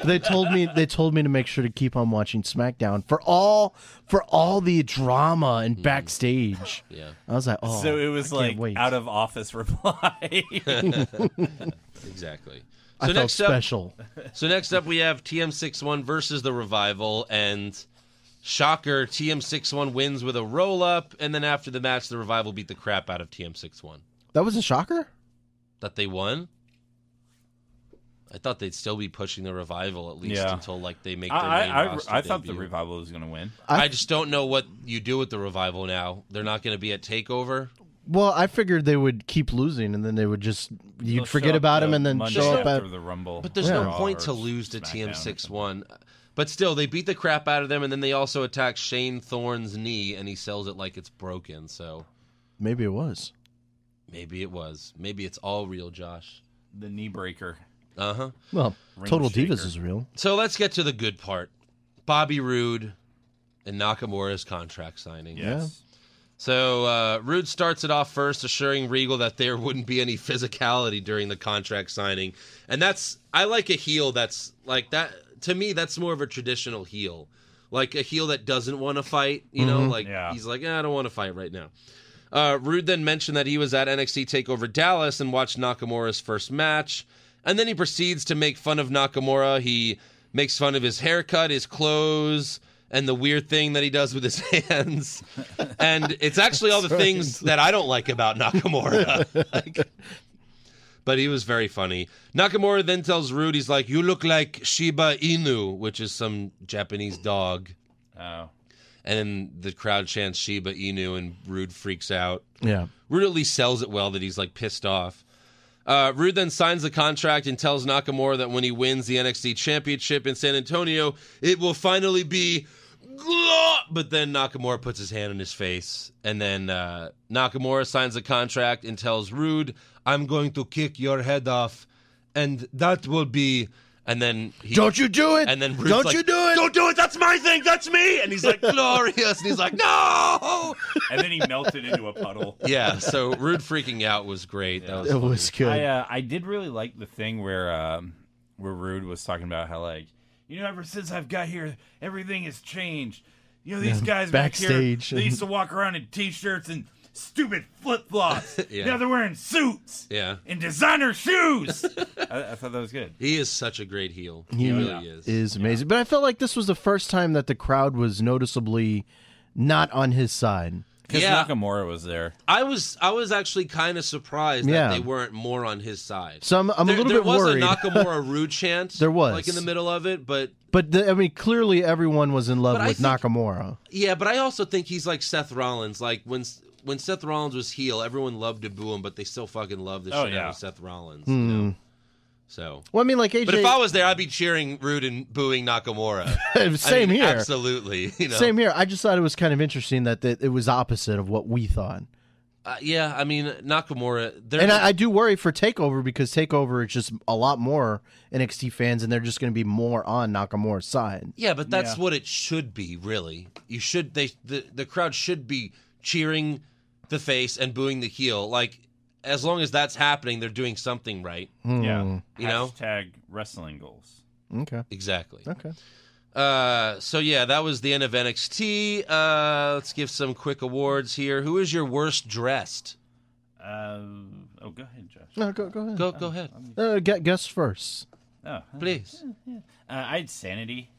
Speaker 4: they told me they told me to make sure to keep on watching SmackDown for all for all the drama and backstage.
Speaker 2: Hmm. Yeah.
Speaker 4: I was like, oh,
Speaker 3: so it was
Speaker 4: I can't
Speaker 3: like
Speaker 4: wait.
Speaker 3: out of office reply.
Speaker 2: Exactly.
Speaker 4: I
Speaker 2: So
Speaker 4: felt
Speaker 2: next up,
Speaker 4: special.
Speaker 2: so next up, we have TM61 versus the Revival, and shocker, TM61 wins with a roll up, and then after the match, the Revival beat the crap out of TM61.
Speaker 4: That was a shocker.
Speaker 2: That they won. I thought they'd still be pushing the Revival at least
Speaker 3: Yeah.
Speaker 2: until like they make
Speaker 3: I,
Speaker 2: their main
Speaker 3: I, I,
Speaker 2: roster
Speaker 3: I thought the
Speaker 2: debut.
Speaker 3: revival was going to win.
Speaker 4: I-
Speaker 2: I just don't know what you do with the Revival now. They're not going to be at Takeover.
Speaker 4: Well, I figured they would keep losing, and then they would just you'd
Speaker 3: They'll
Speaker 4: forget
Speaker 3: show up
Speaker 4: about
Speaker 3: the
Speaker 4: him, and then
Speaker 3: Monday
Speaker 4: show up at
Speaker 3: after the rumble.
Speaker 2: But there's no
Speaker 3: Raw
Speaker 2: point
Speaker 3: or
Speaker 2: to lose to
Speaker 3: SmackDown.
Speaker 2: TM61. But still, they beat the crap out of them, and then they also attack Shane Thorne's knee, and he sells it like it's broken. So
Speaker 4: maybe it was.
Speaker 2: maybe it was. Maybe it's all real, Josh.
Speaker 3: The knee breaker.
Speaker 2: Uh huh.
Speaker 4: Well,
Speaker 3: Ring
Speaker 4: Total
Speaker 3: shaker.
Speaker 4: Divas is real.
Speaker 2: So let's get to the good part Bobby Roode and Nakamura's contract signing.
Speaker 3: Yes.
Speaker 2: So uh, Rude starts it off first, assuring Regal that there wouldn't be any physicality during the contract signing, and that's I like a heel that's like that. To me, that's more of a traditional heel, like a heel that doesn't want to fight. You know, like
Speaker 3: Yeah.
Speaker 2: he's like, "Eh, I don't want to fight right now. Uh, Rude then mentioned that he was at NXT Takeover Dallas and watched Nakamura's first match, and then he proceeds to make fun of Nakamura. He makes fun of his haircut, his clothes, and the weird thing that he does with his hands. and it's actually all the things that I don't like about Nakamura. Like, but he was very funny. Nakamura then tells Rude, he's like, "You look like Shiba Inu, which is some Japanese dog."
Speaker 3: Oh.
Speaker 2: And then the crowd chants Shiba Inu, and Rude freaks out.
Speaker 4: Yeah.
Speaker 2: Rude at least sells it well that he's like pissed off. Uh, Rude then signs the contract and tells Nakamura that when he wins the NXT Championship in San Antonio, it will finally be. Glo-! But then Nakamura puts his hand in his face, and then uh, Nakamura signs the contract and tells Rude, "I'm going to kick your head off, and that will be." And then he,
Speaker 4: Don't you do it?
Speaker 2: and then Rude's
Speaker 4: don't
Speaker 2: like,
Speaker 4: you do it?
Speaker 2: Don't do it. That's my thing. That's me. And he's like glorious, and he's like no.
Speaker 3: And then he melted into a puddle.
Speaker 2: Yeah. So Rude freaking out was great. That was
Speaker 4: It was good.
Speaker 3: I uh, I did really like the thing where um, where Rude was talking about how like you know ever since I've got here everything has changed. You know these guys
Speaker 4: backstage
Speaker 3: back here they
Speaker 4: and-
Speaker 3: used to walk around in t-shirts and stupid flip flops.
Speaker 2: Yeah.
Speaker 3: Now they're wearing suits.
Speaker 2: Yeah.
Speaker 3: And designer shoes. I, I thought that was good.
Speaker 2: He is such a great heel. He really is.
Speaker 4: is amazing. But I felt like this was the first time that the crowd was noticeably not on his side.
Speaker 3: Because
Speaker 2: Yeah.
Speaker 3: Nakamura was there.
Speaker 2: I was I was actually kind of surprised
Speaker 4: Yeah.
Speaker 2: that they weren't more on his side.
Speaker 4: So I'm, I'm
Speaker 2: there,
Speaker 4: a little
Speaker 2: there
Speaker 4: bit
Speaker 2: was
Speaker 4: worried.
Speaker 2: a Nakamura Rude chant.
Speaker 4: There was.
Speaker 2: like in the middle of it, but
Speaker 4: But the, I mean, clearly everyone was in love
Speaker 2: But I
Speaker 4: with
Speaker 2: think-
Speaker 4: Nakamura.
Speaker 2: yeah. But I also think he's like Seth Rollins. Like when when Seth Rollins was heel, everyone loved to boo him, but they still fucking love the
Speaker 3: Oh,
Speaker 2: shit out
Speaker 3: yeah.
Speaker 2: of Seth Rollins. You
Speaker 4: Hmm.
Speaker 2: know? So.
Speaker 4: Well, I mean, like AJ.
Speaker 2: But if I was there, I'd be cheering Rude and booing Nakamura. I
Speaker 4: same
Speaker 2: mean,
Speaker 4: here.
Speaker 2: Absolutely. You know?
Speaker 4: Same here. I just thought it was kind of interesting that the, it was opposite of what we thought.
Speaker 2: Uh, yeah, I mean, Nakamura. they're-
Speaker 4: And I, I do worry for Takeover because Takeover is just a lot more NXT fans, and they're just going to be more on Nakamura's side.
Speaker 2: Yeah, but that's
Speaker 3: Yeah.
Speaker 2: what it should be, really. You should they the, the crowd should be cheering the face and booing the heel. Like as long as that's happening, they're doing something right.
Speaker 4: Hmm.
Speaker 3: Yeah.
Speaker 2: You know?
Speaker 3: Hashtag wrestling goals.
Speaker 4: Okay.
Speaker 2: Exactly.
Speaker 4: Okay.
Speaker 2: Uh so yeah, that was the end of NXT. Uh let's give some quick awards here. Who is your worst dressed?
Speaker 3: Uh, oh, go ahead, Josh.
Speaker 4: No, Uh, go go ahead.
Speaker 2: Go go ahead.
Speaker 4: Uh, gu- guess first.
Speaker 3: Oh,
Speaker 2: Please.
Speaker 3: Uh, I had Sanity.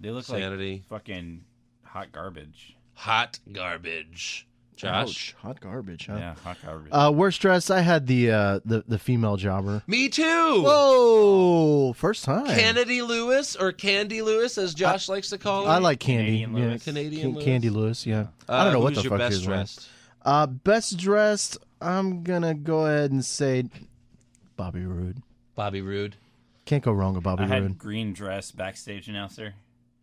Speaker 3: They look
Speaker 2: Sanity.
Speaker 3: like fucking hot garbage.
Speaker 2: Hot garbage. Josh.
Speaker 4: Ouch, hot garbage, huh?
Speaker 3: Yeah, hot garbage.
Speaker 4: Uh, worst dress, I had the uh, the the female jobber.
Speaker 2: Me too.
Speaker 4: Whoa, Oh, first time.
Speaker 2: Kennedy Lewis or Candy Lewis, as Josh likes to call her.
Speaker 4: I like Candy.
Speaker 3: Canadian
Speaker 4: yeah,
Speaker 3: Lewis.
Speaker 2: Canadian
Speaker 4: Can- Candy Lewis. Yeah, I don't know what
Speaker 2: Uh, who's
Speaker 4: the
Speaker 2: your
Speaker 4: fuck
Speaker 2: best
Speaker 4: she was wearing.
Speaker 2: dressed.
Speaker 4: Uh, best dressed, I'm gonna go ahead and say Bobby Roode.
Speaker 2: Bobby Roode.
Speaker 4: Can't go wrong with Bobby
Speaker 3: I had
Speaker 4: Roode.
Speaker 3: green dress backstage announcer.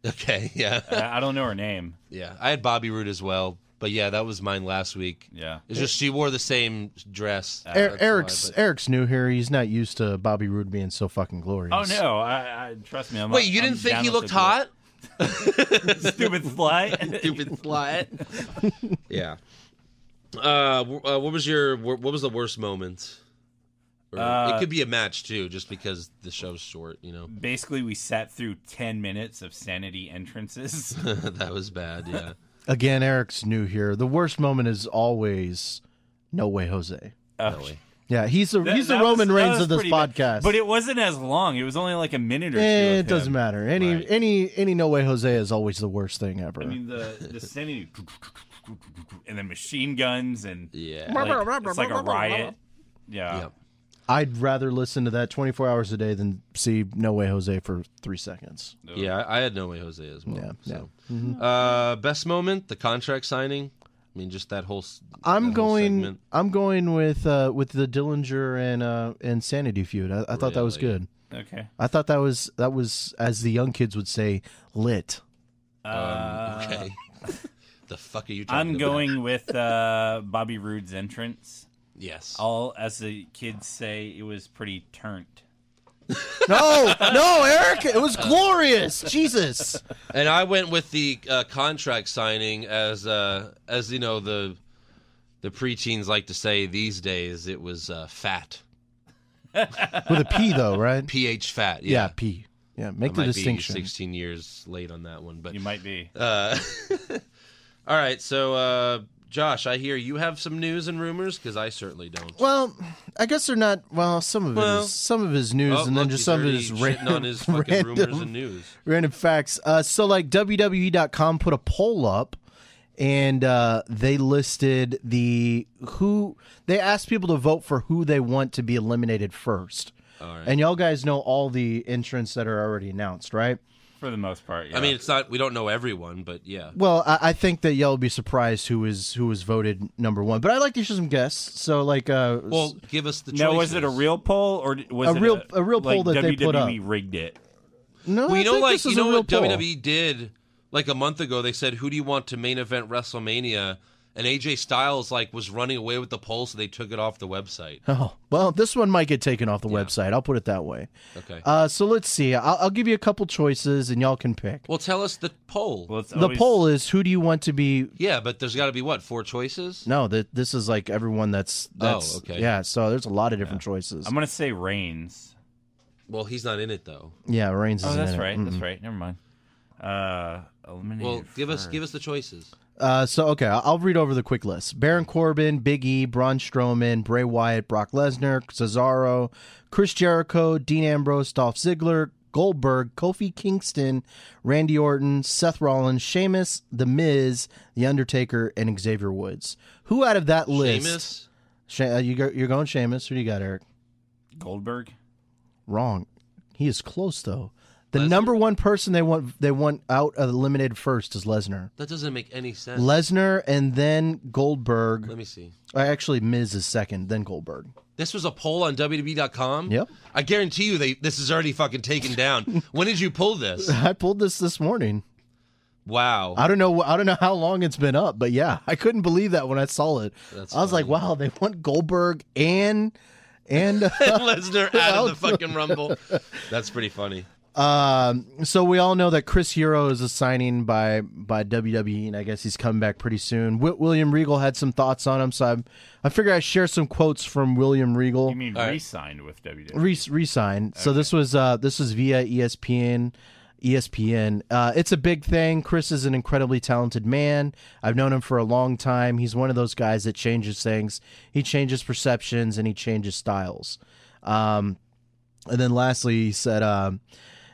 Speaker 2: Okay, yeah,
Speaker 3: I, I don't know her name.
Speaker 2: yeah. I had Bobby Roode as well, but yeah, that was mine last week.
Speaker 3: Yeah.
Speaker 2: It's just she wore the same dress.
Speaker 3: Oh,
Speaker 4: Er-
Speaker 2: That's why,
Speaker 4: Eric's
Speaker 2: but-
Speaker 4: Eric's new here. He's not used to Bobby Roode being so fucking glorious.
Speaker 3: Oh no! I, I trust me. I'm
Speaker 2: Wait, you
Speaker 3: I'm
Speaker 2: didn't think
Speaker 3: down
Speaker 2: he
Speaker 3: with
Speaker 2: looked
Speaker 3: the
Speaker 2: hot?
Speaker 3: Stupid slut.
Speaker 2: Stupid slut. yeah. Uh, w- uh, what was your wor- what was the worst moment? Or
Speaker 3: Uh,
Speaker 2: it could be a match too, just because the show's short. You know,
Speaker 3: Basically, we sat through ten minutes of sanity entrances.
Speaker 2: that was bad. Yeah.
Speaker 4: Again, Eric's new here. The worst moment is always No Way Jose.
Speaker 3: Oh,
Speaker 4: Yeah, he's the
Speaker 3: that-
Speaker 4: he's
Speaker 3: that
Speaker 4: the
Speaker 3: was-
Speaker 4: Roman
Speaker 3: that
Speaker 4: Reigns
Speaker 3: was
Speaker 4: of this
Speaker 3: pretty bad.
Speaker 4: podcast.
Speaker 3: But it wasn't as long. It was only like a minute or two.
Speaker 4: Eh,
Speaker 3: of
Speaker 4: it doesn't
Speaker 3: him.
Speaker 4: matter. Any
Speaker 3: Right.
Speaker 4: any any No Way Jose is always the worst thing ever.
Speaker 3: I mean, the the sanity and then machine guns and
Speaker 2: Yeah.
Speaker 3: like, it's like a riot. Yeah.
Speaker 2: Yep.
Speaker 4: I'd rather listen to that 24 hours a day than see No Way Jose for three seconds.
Speaker 2: Yeah, I I had no way Jose as well.
Speaker 4: Yeah, Mm-hmm.
Speaker 2: so. Uh, best moment, the contract signing. I mean, just that whole. s-
Speaker 4: I'm
Speaker 2: that whole
Speaker 4: going.
Speaker 2: segment.
Speaker 4: I'm going with uh, with the Dillinger and uh, and Sanity feud. I, I thought that was
Speaker 2: Really?
Speaker 4: good.
Speaker 3: Okay.
Speaker 4: I thought that was that was as the young kids would say, lit.
Speaker 3: Uh,
Speaker 2: Okay. the fuck are you? Talking
Speaker 3: I'm
Speaker 2: about?
Speaker 3: going with uh, Bobby Roode's entrance.
Speaker 2: Yes.
Speaker 3: All as the kids say, it was pretty turnt.
Speaker 4: No, no, Eric, it was glorious. Jesus,
Speaker 2: And I went with the uh, contract signing as uh, as you know the the preteens like to say these days. It was uh, fat,
Speaker 4: with a P though, right?
Speaker 2: ph fat.
Speaker 4: yeah.
Speaker 2: Yeah,
Speaker 4: P. Yeah,
Speaker 2: I
Speaker 4: make the
Speaker 2: might
Speaker 4: distinction.
Speaker 2: be 16 years late on that one, but
Speaker 3: You might be.
Speaker 2: Uh, all right, so uh, Josh, I hear you have some news and rumors because I certainly don't.
Speaker 4: Well, I guess they're not. Well, some of it
Speaker 2: Well-
Speaker 4: is some of his news,
Speaker 2: Oh,
Speaker 4: and then
Speaker 2: look,
Speaker 4: just
Speaker 2: he's
Speaker 4: some of
Speaker 2: already
Speaker 4: his
Speaker 2: shitting
Speaker 4: random,
Speaker 2: on his fucking rumors
Speaker 4: random-
Speaker 2: and news.
Speaker 4: random facts. Uh, so, like WWE.com put a poll up, and uh, they listed the who they asked people to vote for who they want to be eliminated first. And y'all guys know all the entrants that are already announced, right?
Speaker 3: For the most part, yeah.
Speaker 2: I mean, it's not we don't know everyone, but yeah,
Speaker 4: Well, I, I think that y'all will be surprised who is who was voted number one. But I'd like to show some guests. So, like, uh,
Speaker 2: well, give us the.
Speaker 3: now was it a
Speaker 2: choices.
Speaker 3: real poll or d- was
Speaker 4: A
Speaker 3: it
Speaker 4: real- a real
Speaker 3: like
Speaker 4: poll that they
Speaker 3: WWE
Speaker 4: put up.
Speaker 3: rigged it?
Speaker 4: no,
Speaker 2: Well,
Speaker 4: I
Speaker 2: you know,
Speaker 4: think
Speaker 2: like
Speaker 4: this is
Speaker 2: you
Speaker 4: a
Speaker 2: know
Speaker 4: real
Speaker 2: what E
Speaker 4: poll.
Speaker 2: WWE did like a month ago. They said, "Who do you want to main event WrestleMania?" And AJ Styles like was running away with the poll, so they took it off the website.
Speaker 4: Oh, well, this one might get taken off the website. I'll put it that way.
Speaker 2: Okay.
Speaker 4: Uh, so let's see. I'll, I'll give you a couple choices and y'all can pick.
Speaker 2: well, tell us the poll.
Speaker 3: Well, it's
Speaker 4: the
Speaker 3: always-
Speaker 4: poll is who do you want to be?
Speaker 2: yeah, but there's got to be what four choices.
Speaker 4: No, th- this is like everyone that's. that's
Speaker 2: okay.
Speaker 4: Yeah, so there's a lot of different choices.
Speaker 3: Oh, I'm gonna say Reigns.
Speaker 2: Well, he's not in it though.
Speaker 4: yeah, Reigns
Speaker 3: Oh,
Speaker 4: is
Speaker 3: that's
Speaker 4: in it.
Speaker 3: right.
Speaker 4: Mm.
Speaker 3: That's right. Never mind. Uh, eliminated.
Speaker 2: Well, give us
Speaker 3: first.
Speaker 2: give us the choices.
Speaker 4: Uh, so, okay, I- I'll read over the quick list Baron Corbin, Big E, Braun Strowman, Bray Wyatt, Brock Lesnar, Cesaro, Chris Jericho, Dean Ambrose, Dolph Ziggler, Goldberg, Kofi Kingston, Randy Orton, Seth Rollins, Sheamus, The Miz, The Undertaker, and Xavier Woods. Who out of that list?
Speaker 2: Sheamus.
Speaker 4: She- uh, you go, you're going Sheamus. Who do you got, Eric?
Speaker 3: Goldberg.
Speaker 4: Wrong. He is close though. The number one person they want they want out eliminated first is Lesnar.
Speaker 2: That doesn't make any sense.
Speaker 4: Lesnar and then Goldberg.
Speaker 2: Let me see.
Speaker 4: Uh, Actually, Miz is second, then Goldberg.
Speaker 2: This was a poll on WWE.com.
Speaker 4: Yep.
Speaker 2: I guarantee you, they this is already fucking taken down. when did you pull this?
Speaker 4: I pulled this this morning.
Speaker 2: Wow.
Speaker 4: I don't know. I don't know how long it's been up, but yeah, I couldn't believe that when I saw it. I was like, wow, they want Goldberg and and. uh,
Speaker 2: Lesnar out of the fucking Rumble. That's pretty funny.
Speaker 4: Um, so we all know that Chris Hero is a signing by by WWE, and I guess he's coming back pretty soon. Wi- William Regal had some thoughts on him, so I I figure I share some quotes from William Regal.
Speaker 3: You mean
Speaker 2: All right.
Speaker 3: re-signed with E? WWE?
Speaker 4: Re- resign. So this was uh this was via ESPN. ESPN. Uh, it's a big thing. Chris is an incredibly talented man. I've known him for a long time. He's one of those guys that changes things. He changes perceptions and he changes styles. Um, and then lastly, he said, um,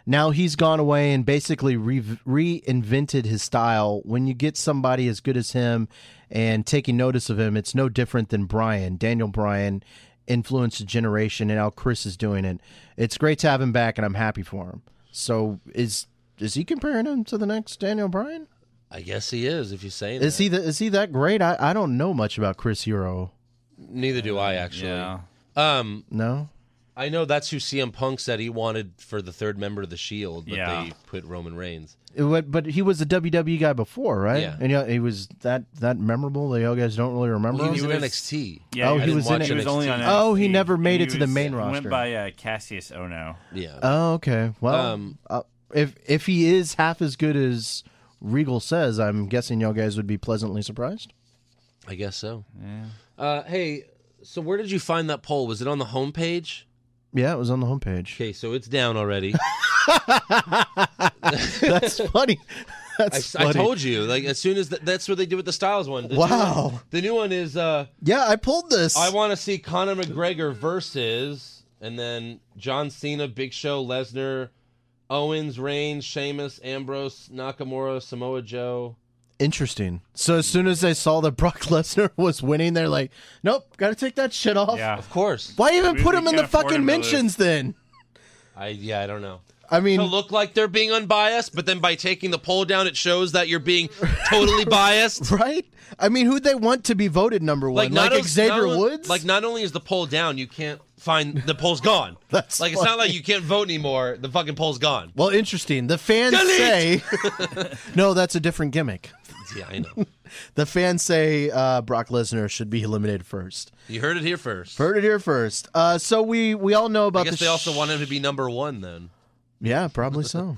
Speaker 4: Now he's gone away and basically re- reinvented his style. When you get somebody as good as him and taking notice of him, it's no different than Brian. Daniel Bryan influenced a generation, and now Chris is doing it. It's great to have him back, and I'm happy for him. So is is he comparing him to the next Daniel Bryan?
Speaker 2: I guess he is. If you say that,
Speaker 4: Is he the, is he that great? I, I don't know much about Chris Hero.
Speaker 2: neither do I actually.
Speaker 3: Yeah.
Speaker 2: Um,
Speaker 4: No.
Speaker 2: I know that's who CM Punk said he wanted for the third member of the Shield, but
Speaker 3: Yeah.
Speaker 2: they put Roman Reigns.
Speaker 4: It wa- but he was a WWE guy before, right?
Speaker 2: Yeah.
Speaker 4: And yeah, he was that that memorable. that y'all guys don't really remember.
Speaker 2: Well, he was
Speaker 4: him?
Speaker 2: in
Speaker 3: was-
Speaker 2: NXT.
Speaker 3: Yeah,
Speaker 4: Oh,
Speaker 3: I
Speaker 4: he
Speaker 3: didn't
Speaker 4: was in
Speaker 3: watch
Speaker 4: it.
Speaker 3: He was only on
Speaker 2: NXT.
Speaker 4: Oh, he
Speaker 3: NXT.
Speaker 4: never made it to the
Speaker 3: was-
Speaker 4: main
Speaker 3: Went
Speaker 4: roster.
Speaker 3: by uh, Cassius Ono.
Speaker 2: Yeah.
Speaker 4: Oh, okay. Well,
Speaker 2: Um,
Speaker 4: uh, if if he is half as good as Regal says, I'm guessing y'all guys would be pleasantly surprised.
Speaker 2: I guess so. Uh, hey, so where did you find that poll? Was it on the homepage?
Speaker 4: Yeah, it was on the homepage.
Speaker 2: Okay, so it's down already.
Speaker 4: That's funny.
Speaker 2: I,
Speaker 4: That's
Speaker 2: I
Speaker 4: funny.
Speaker 2: told you. Like as soon as th- that's what they do with the Styles one. The new
Speaker 4: Wow.
Speaker 2: one- the new one is uh,
Speaker 4: Yeah, I pulled this.
Speaker 2: I want to see Conor McGregor versus, and then John Cena, Big Show, Lesnar, Owens, Reigns, Sheamus, Ambrose, Nakamura, Samoa Joe.
Speaker 4: Interesting. So as soon as they saw that Brock Lesnar was winning, they're like, "Nope, got to take that shit off."
Speaker 3: Yeah.
Speaker 2: Of course.
Speaker 4: Why even
Speaker 3: We-
Speaker 4: put
Speaker 3: we
Speaker 4: him in
Speaker 3: can't
Speaker 4: the
Speaker 3: afford
Speaker 4: fucking
Speaker 3: him to lose.
Speaker 4: mentions then?
Speaker 2: I yeah, I don't know.
Speaker 4: I mean,
Speaker 2: To look like they're being unbiased, but then by taking the poll down, it shows that you're being totally biased.
Speaker 4: right? I mean, who'd they want to be voted number one? Like,
Speaker 2: not o-
Speaker 4: Xavier
Speaker 2: not o-
Speaker 4: Woods?
Speaker 2: Like not only is the poll down, you can't find the poll's gone.
Speaker 4: That's
Speaker 2: like it's not
Speaker 4: funny.
Speaker 2: like you can't vote anymore. The fucking poll's gone.
Speaker 4: well, interesting. The fans
Speaker 2: Delete!
Speaker 4: say, no, that's a different gimmick.
Speaker 2: Yeah, I know.
Speaker 4: The fans say uh, Brock Lesnar should be eliminated first.
Speaker 2: You heard it here first.
Speaker 4: Heard it here first. Uh, so we we all know
Speaker 2: I
Speaker 4: about
Speaker 2: guess
Speaker 4: the.
Speaker 2: they also
Speaker 4: sh-
Speaker 2: want him to be number one then.
Speaker 4: Yeah, probably so.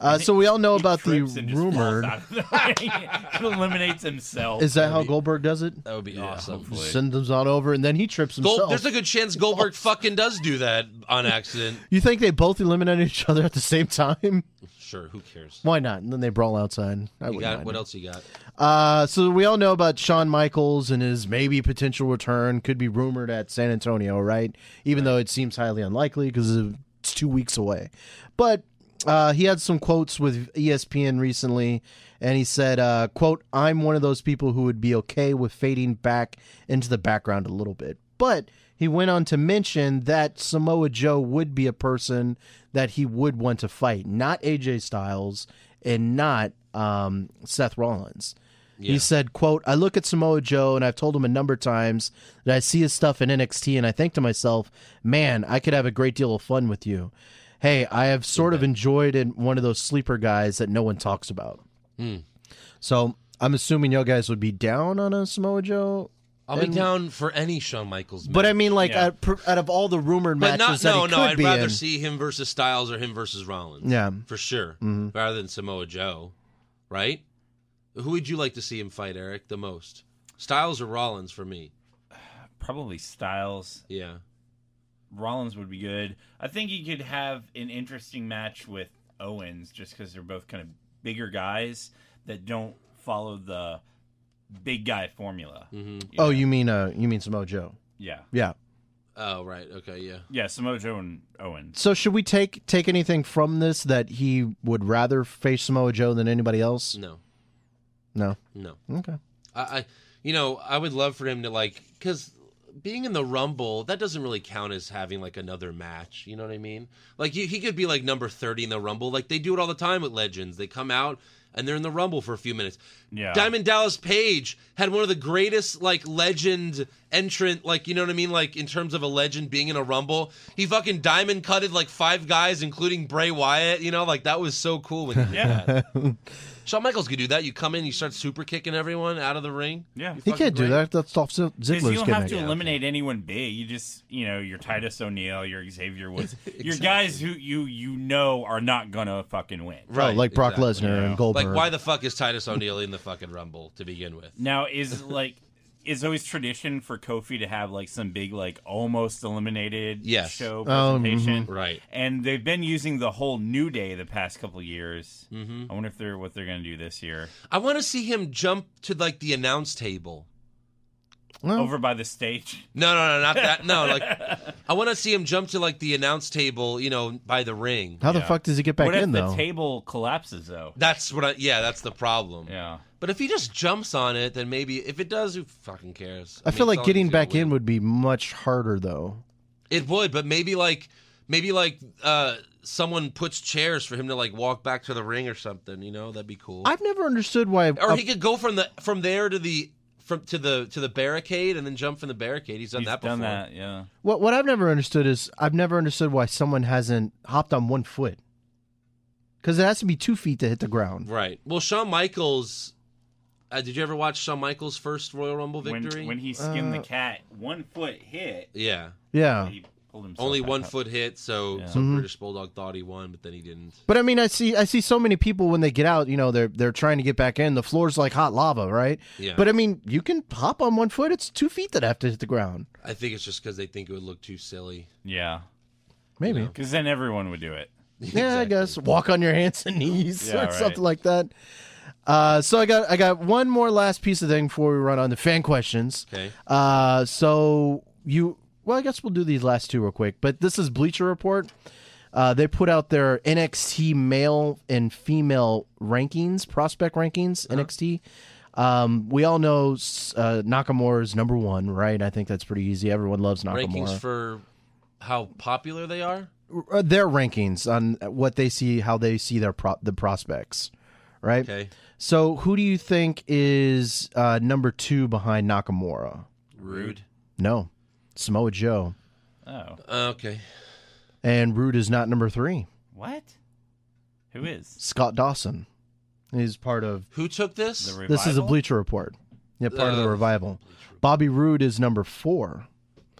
Speaker 4: Uh, so we all know about the
Speaker 3: Trips and just falls
Speaker 4: rumored.
Speaker 3: out of the- he eliminates himself.
Speaker 4: Is that how Goldberg does it?
Speaker 2: That would be awesome.
Speaker 3: hopefully.
Speaker 4: Sends them on over, and then he trips himself.
Speaker 2: Gold, there's a good chance Goldberg fucking does do that on accident.
Speaker 4: you think they both eliminated each other at the same time?
Speaker 2: Sure, who cares?
Speaker 4: Why not? And then they brawl outside. I
Speaker 2: You
Speaker 4: wouldn't
Speaker 2: got
Speaker 4: mind
Speaker 2: what
Speaker 4: it.
Speaker 2: else you got?
Speaker 4: Uh, so we all know about Shawn Michaels and his maybe potential return could be rumored at San Antonio, right? Even though it seems highly unlikely because it's two weeks away. But uh, he had some quotes with E ESPN recently, and he said, uh, "quote I'm one of those people who would be okay with fading back into the background a little bit." But he went on to mention that Samoa Joe would be a person that he would want to fight, not AJ Styles and not um, Seth Rollins. He said, quote, I look at Samoa Joe and I've told him a number of times that I see his stuff in NXT and I think to myself, man, I could have a great deal of fun with you. Hey, I have sort of enjoyed in one of those sleeper guys that no one talks about.
Speaker 2: Hmm.
Speaker 4: So I'm assuming you guys would be down on a Samoa Joe.
Speaker 2: I'll be down for any Shawn Michaels match.
Speaker 4: But I mean, like,
Speaker 3: Yeah.
Speaker 4: out, per- out of all the rumored
Speaker 2: But not no
Speaker 4: matches that he
Speaker 2: no.
Speaker 4: could
Speaker 2: I'd
Speaker 4: be
Speaker 2: rather
Speaker 4: in,
Speaker 2: see him versus Styles or him versus Rollins.
Speaker 4: Yeah. Mm-hmm.
Speaker 2: for sure, rather than Samoa Joe, right? Who would you like to see him fight, Eric, the most? Styles or Rollins for me?
Speaker 3: Probably Styles.
Speaker 2: Yeah,
Speaker 3: Rollins would be good. I think he could have an interesting match with Owens just because they're both kind of bigger guys that don't follow the big guy formula.
Speaker 4: oh, you mean, uh, you mean Samoa Joe?
Speaker 3: Yeah.
Speaker 4: Yeah.
Speaker 2: Oh right, okay, yeah.
Speaker 3: Yeah, Samoa Joe and Owens.
Speaker 4: So should we take take anything from this that he would rather face Samoa Joe than anybody else?
Speaker 2: No,
Speaker 4: No.
Speaker 2: no.
Speaker 4: Okay.
Speaker 2: I, I you know, I would love for him to like because being in the Rumble that doesn't really count as having like another match. You know what I mean? Like he, he could be like number thirty in the Rumble. Like they do it all the time with legends. They come out and they're in the Rumble for a few minutes.
Speaker 3: Yeah.
Speaker 2: Diamond Dallas Page had one of the greatest like legend entrant, like you know what I mean, like in terms of a legend being in a rumble. He fucking diamond cutted like five guys, including Bray Wyatt. You know, like that was so cool when he did
Speaker 3: Yeah.
Speaker 2: that. Shawn Michaels could do that. You come in, you start super kicking everyone out of the ring.
Speaker 3: Yeah.
Speaker 4: He can't do that. That's off Ziggler's
Speaker 3: Because you don't have to
Speaker 4: gimmick.
Speaker 3: eliminate anyone big. You just, you know, your Titus O'Neil, your Xavier Woods, your guys who you you know are not gonna fucking win.
Speaker 4: Oh, like Brock
Speaker 2: exactly.
Speaker 4: Lesnar
Speaker 3: Yeah.
Speaker 4: and Goldberg.
Speaker 2: Like why the fuck is Titus O'Neil in the fucking rumble to begin with?
Speaker 3: Now is like is always tradition for Kofi to have like some big like almost eliminated
Speaker 2: Yes.
Speaker 3: show
Speaker 4: Oh, mhm.
Speaker 3: presentation,
Speaker 2: Right.
Speaker 3: And they've been using the whole New Day the past couple of years. Mm-hmm. I wonder if they're what they're gonna do this year.
Speaker 2: I want to see him jump to like the announce table.
Speaker 3: over by the stage.
Speaker 2: No, no, no, not that. No, like I want to see him jump to like the announce table, you know, by the ring.
Speaker 4: How the fuck does he get back
Speaker 3: what if
Speaker 4: in
Speaker 3: the
Speaker 4: though?
Speaker 3: table collapses though?
Speaker 2: That's what I. Yeah, that's the problem.
Speaker 3: Yeah.
Speaker 2: But if he just jumps on it, then maybe if it does, who fucking cares?
Speaker 4: I feel like getting back in
Speaker 2: would
Speaker 4: would be much harder though.
Speaker 2: it would, but maybe like maybe like uh someone puts chairs for him to like walk back to the ring or something. You know, that'd be cool.
Speaker 4: I've never understood why.
Speaker 2: or
Speaker 4: a-
Speaker 2: he could go from the from there to the from to the to the barricade and then jump from the barricade. He's done
Speaker 3: He's
Speaker 2: that before.
Speaker 3: done that, yeah.
Speaker 4: what what I've never understood is I've never understood why someone hasn't hopped on one foot. Because it has to be two feet to hit the ground.
Speaker 2: Right. Well, Shawn Michaels. Uh, did you ever watch Shawn Michaels' first Royal Rumble victory?
Speaker 3: When, when he skinned
Speaker 4: Uh,
Speaker 3: the cat, one foot hit.
Speaker 2: yeah.
Speaker 4: Yeah.
Speaker 3: He pulled himself
Speaker 2: Only
Speaker 3: back
Speaker 2: one
Speaker 3: up.
Speaker 2: foot hit, so
Speaker 3: Yeah.
Speaker 4: Mm-hmm.
Speaker 2: some British Bulldog thought he won, but then he didn't.
Speaker 4: But I mean, I see, I see so many people when they get out. You know, they're they're trying to get back in. The floor's like hot lava, right?
Speaker 2: Yeah.
Speaker 4: But I mean, you can hop on one foot. It's two feet that have to hit the ground.
Speaker 2: I think it's just because they think it would look too silly.
Speaker 3: Yeah.
Speaker 4: Maybe.
Speaker 3: Because then everyone would do it.
Speaker 4: Yeah, I guess walk on your hands and knees
Speaker 3: Yeah,
Speaker 4: or
Speaker 3: right.
Speaker 4: something like that. Uh, so I got I got one more last piece of thing before we run on to fan questions.
Speaker 2: Okay.
Speaker 4: Uh, so you well, I guess we'll do these last two real quick. But this is Bleacher Report. Uh, they put out their NXT male and female rankings, prospect rankings,
Speaker 3: Uh-huh.
Speaker 4: NXT. Um, we all know s- uh, Nakamura is number one, right? I think that's pretty easy. Everyone loves
Speaker 2: Rankings
Speaker 4: Nakamura.
Speaker 2: for how popular they are.
Speaker 4: Uh, their rankings on what they see, how they see their pro- the prospects, right?
Speaker 2: Okay.
Speaker 4: So, who do you think is uh, number two behind Nakamura?
Speaker 2: Rude.
Speaker 4: No, Samoa Joe,
Speaker 3: Oh.
Speaker 2: Uh, okay.
Speaker 4: and Rude is not number three.
Speaker 3: What? Who is?
Speaker 4: Scott Dawson is part of.
Speaker 2: Who took this?
Speaker 3: The
Speaker 4: This is a
Speaker 3: Revival?
Speaker 4: Bleacher Report. Yeah, part of the
Speaker 2: Uh,
Speaker 4: revival. Bobby Roode is number four.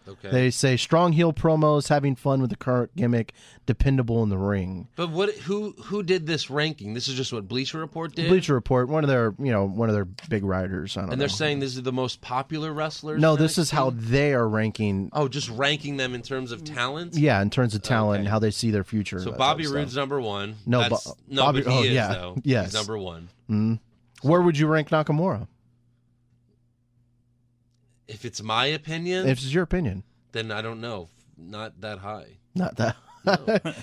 Speaker 2: okay.
Speaker 4: They say strong heel promos, having fun with the current gimmick, dependable in the ring.
Speaker 2: but what? Who? Who did this ranking? This is just what Bleacher Report did.
Speaker 4: Bleacher Report, one of their you know one of their big riders. I don't know.
Speaker 2: And they're saying these are the most popular wrestlers.
Speaker 4: no.
Speaker 2: in
Speaker 4: This is
Speaker 2: NXT?
Speaker 4: how they are ranking.
Speaker 2: Oh, just ranking them in terms of talent.
Speaker 4: Yeah, in terms of talent and how they see their future.
Speaker 2: So
Speaker 4: that
Speaker 2: Bobby
Speaker 4: type of stuff.
Speaker 2: Roode's number one.
Speaker 4: No,
Speaker 2: That's,
Speaker 4: Bo-
Speaker 2: no,
Speaker 4: Bobby-
Speaker 2: but he
Speaker 4: oh,
Speaker 2: is
Speaker 4: yeah.
Speaker 2: though.
Speaker 4: Yes.
Speaker 2: He's number one.
Speaker 4: Where would you rank Nakamura?
Speaker 2: If it's my opinion,
Speaker 4: If it's your opinion,
Speaker 2: then I don't know. Not that high.
Speaker 4: not that.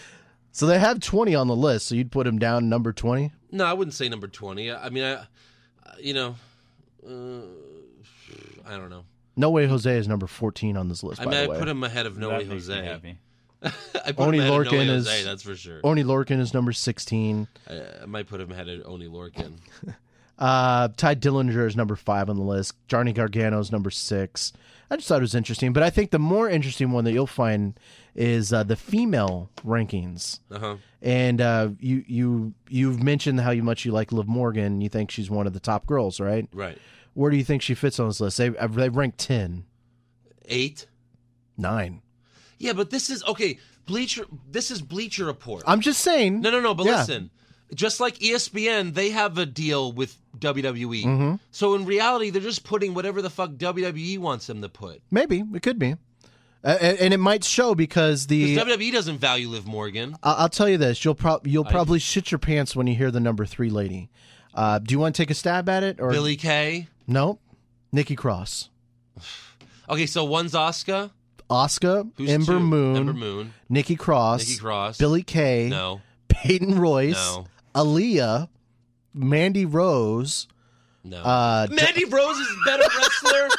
Speaker 4: so they have twenty on the list. So you'd put him down number twenty.
Speaker 2: No, I wouldn't say number twenty. I, I mean, I, I- you know, uh, I don't know.
Speaker 4: No way, Jose is number fourteen on this list.
Speaker 2: I
Speaker 4: by
Speaker 2: mean, I
Speaker 4: the way,
Speaker 2: put him ahead of Noe
Speaker 3: That makes me
Speaker 2: Jose.
Speaker 3: happy.
Speaker 2: I put
Speaker 4: Oni
Speaker 2: him ahead
Speaker 4: Lorcan
Speaker 2: of Noe
Speaker 4: is- Oh.
Speaker 2: Jose. That's for sure.
Speaker 4: Oni Lorcan is number sixteen.
Speaker 2: I, I might put him ahead of Oni Lorcan.
Speaker 4: Uh, Ty Dillinger is number five on the list. Johnny Gargano is number six. I just thought it was interesting, but I think the more interesting one that you'll find is uh, the female rankings.
Speaker 2: Uh huh.
Speaker 4: And uh, you you you've mentioned how you much you like Liv Morgan. You think she's one of the top girls, right?
Speaker 2: Right.
Speaker 4: Where do you think she fits on this list? They uh, they ranked 10,
Speaker 2: Eight.
Speaker 4: 9.
Speaker 2: Yeah, but this is okay. Bleacher. This is Bleacher Report.
Speaker 4: I'm just saying.
Speaker 2: No, no, no. But
Speaker 4: Yeah.
Speaker 2: listen, just like E ESPN, they have a deal with WWE.
Speaker 4: Mm-hmm.
Speaker 2: So in reality, they're just putting whatever the fuck WWE wants them to put.
Speaker 4: Maybe it could be, uh, and, and it might show because the.
Speaker 2: Because WWE E doesn't value Liv Morgan.
Speaker 4: I- I'll tell you this: you'll prob- you'll probably shit your pants when you hear the number three lady. Uh, do you want to take a stab at it or
Speaker 2: Billy Kay.
Speaker 4: No, Nikki Cross,
Speaker 2: Okay, so one's Oscar.
Speaker 4: Oscar,
Speaker 2: Who's
Speaker 4: Ember
Speaker 2: two?
Speaker 4: Moon,
Speaker 2: Ember Moon.
Speaker 4: Nikki Cross,
Speaker 2: Nikki Cross.
Speaker 4: Billy Kay,
Speaker 2: No.
Speaker 4: Peyton Royce,
Speaker 2: No.
Speaker 4: Aaliyah, Mandy Rose.
Speaker 2: No.
Speaker 4: Uh,
Speaker 2: Mandy Rose is a better wrestler.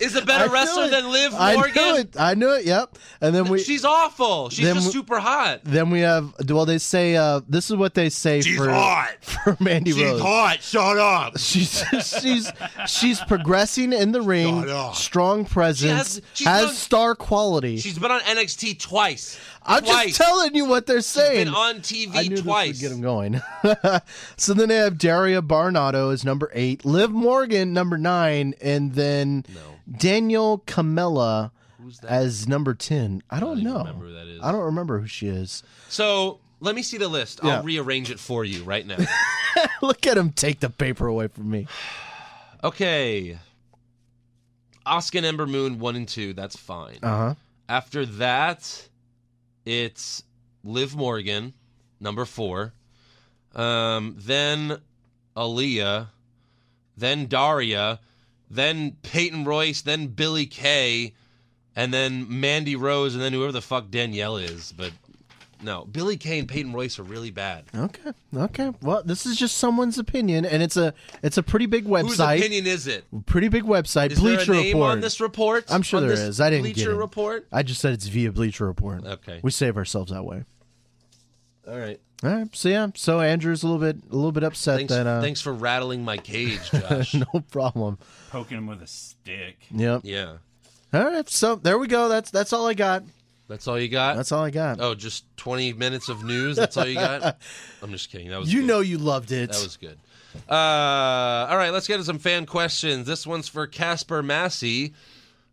Speaker 2: is a
Speaker 4: I
Speaker 2: better
Speaker 4: knew
Speaker 2: wrestler
Speaker 4: it.
Speaker 2: than Liv
Speaker 4: I
Speaker 2: Morgan.
Speaker 4: knew it. I knew it. Yep. And then we
Speaker 2: She's awful. She's
Speaker 4: Then
Speaker 2: just
Speaker 4: we-
Speaker 2: super hot.
Speaker 4: then we have well they say uh, this is what they say for for Mandy Rose.
Speaker 2: hot. Shut up.
Speaker 4: She's she's she's progressing in the ring, strong presence,
Speaker 2: She has- she's
Speaker 4: has
Speaker 2: done-
Speaker 4: star quality.
Speaker 2: She's been on NXT twice.
Speaker 4: I'm
Speaker 2: twice.
Speaker 4: just telling you what they're saying.
Speaker 2: Been on TV
Speaker 4: I knew
Speaker 2: twice.
Speaker 4: this would get him going. so then they have Daria Barnado as number eight, Liv Morgan number nine, and then Daniel Camella as number ten. I don't know.
Speaker 2: remember who that is.
Speaker 4: I don't remember who she is.
Speaker 2: So let me see the list.
Speaker 4: Yeah.
Speaker 2: I'll rearrange it for you right now.
Speaker 4: Look at him take the paper away from me.
Speaker 2: okay. Oscar and Ember Moon, one and two. That's fine.
Speaker 4: Uh huh.
Speaker 2: After that, it's Liv Morgan, number four. Um, then Aaliyah, then Daria, then Peyton Royce, then Billy Kay, and then Mandy Rose, and then whoever the fuck Danielle is. But no, Billy Kay and Peyton Royce are really bad.
Speaker 4: Okay. Okay. Well, this is just someone's opinion, and it's a it's a pretty big
Speaker 2: Whose
Speaker 4: website.
Speaker 2: opinion is it?
Speaker 4: Pretty big website.
Speaker 2: Is
Speaker 4: Bleacher
Speaker 2: there a name
Speaker 4: Report.
Speaker 2: on this report?
Speaker 4: I'm sure
Speaker 2: On
Speaker 4: there
Speaker 2: this
Speaker 4: is. I didn't
Speaker 2: Bleacher
Speaker 4: get it.
Speaker 2: Report.
Speaker 4: I just said it's via Bleacher Report.
Speaker 2: Okay.
Speaker 4: We save ourselves that way.
Speaker 2: All right.
Speaker 4: All right. So yeah. So Andrew's a little bit a little bit upset
Speaker 2: Thanks,
Speaker 4: that uh,
Speaker 2: thanks for rattling my cage, Josh.
Speaker 4: no problem.
Speaker 3: Poking him with a stick.
Speaker 4: Yep.
Speaker 2: Yeah.
Speaker 4: All right. So there we go. That's that's all I got.
Speaker 2: That's all you got?
Speaker 4: That's all I got.
Speaker 2: Oh, just 20 minutes of news. That's all you got? I'm just kidding. That was
Speaker 4: you
Speaker 2: good.
Speaker 4: know you loved it.
Speaker 2: That was good. Uh, all right, let's get to some fan questions. This one's for Casper Massey.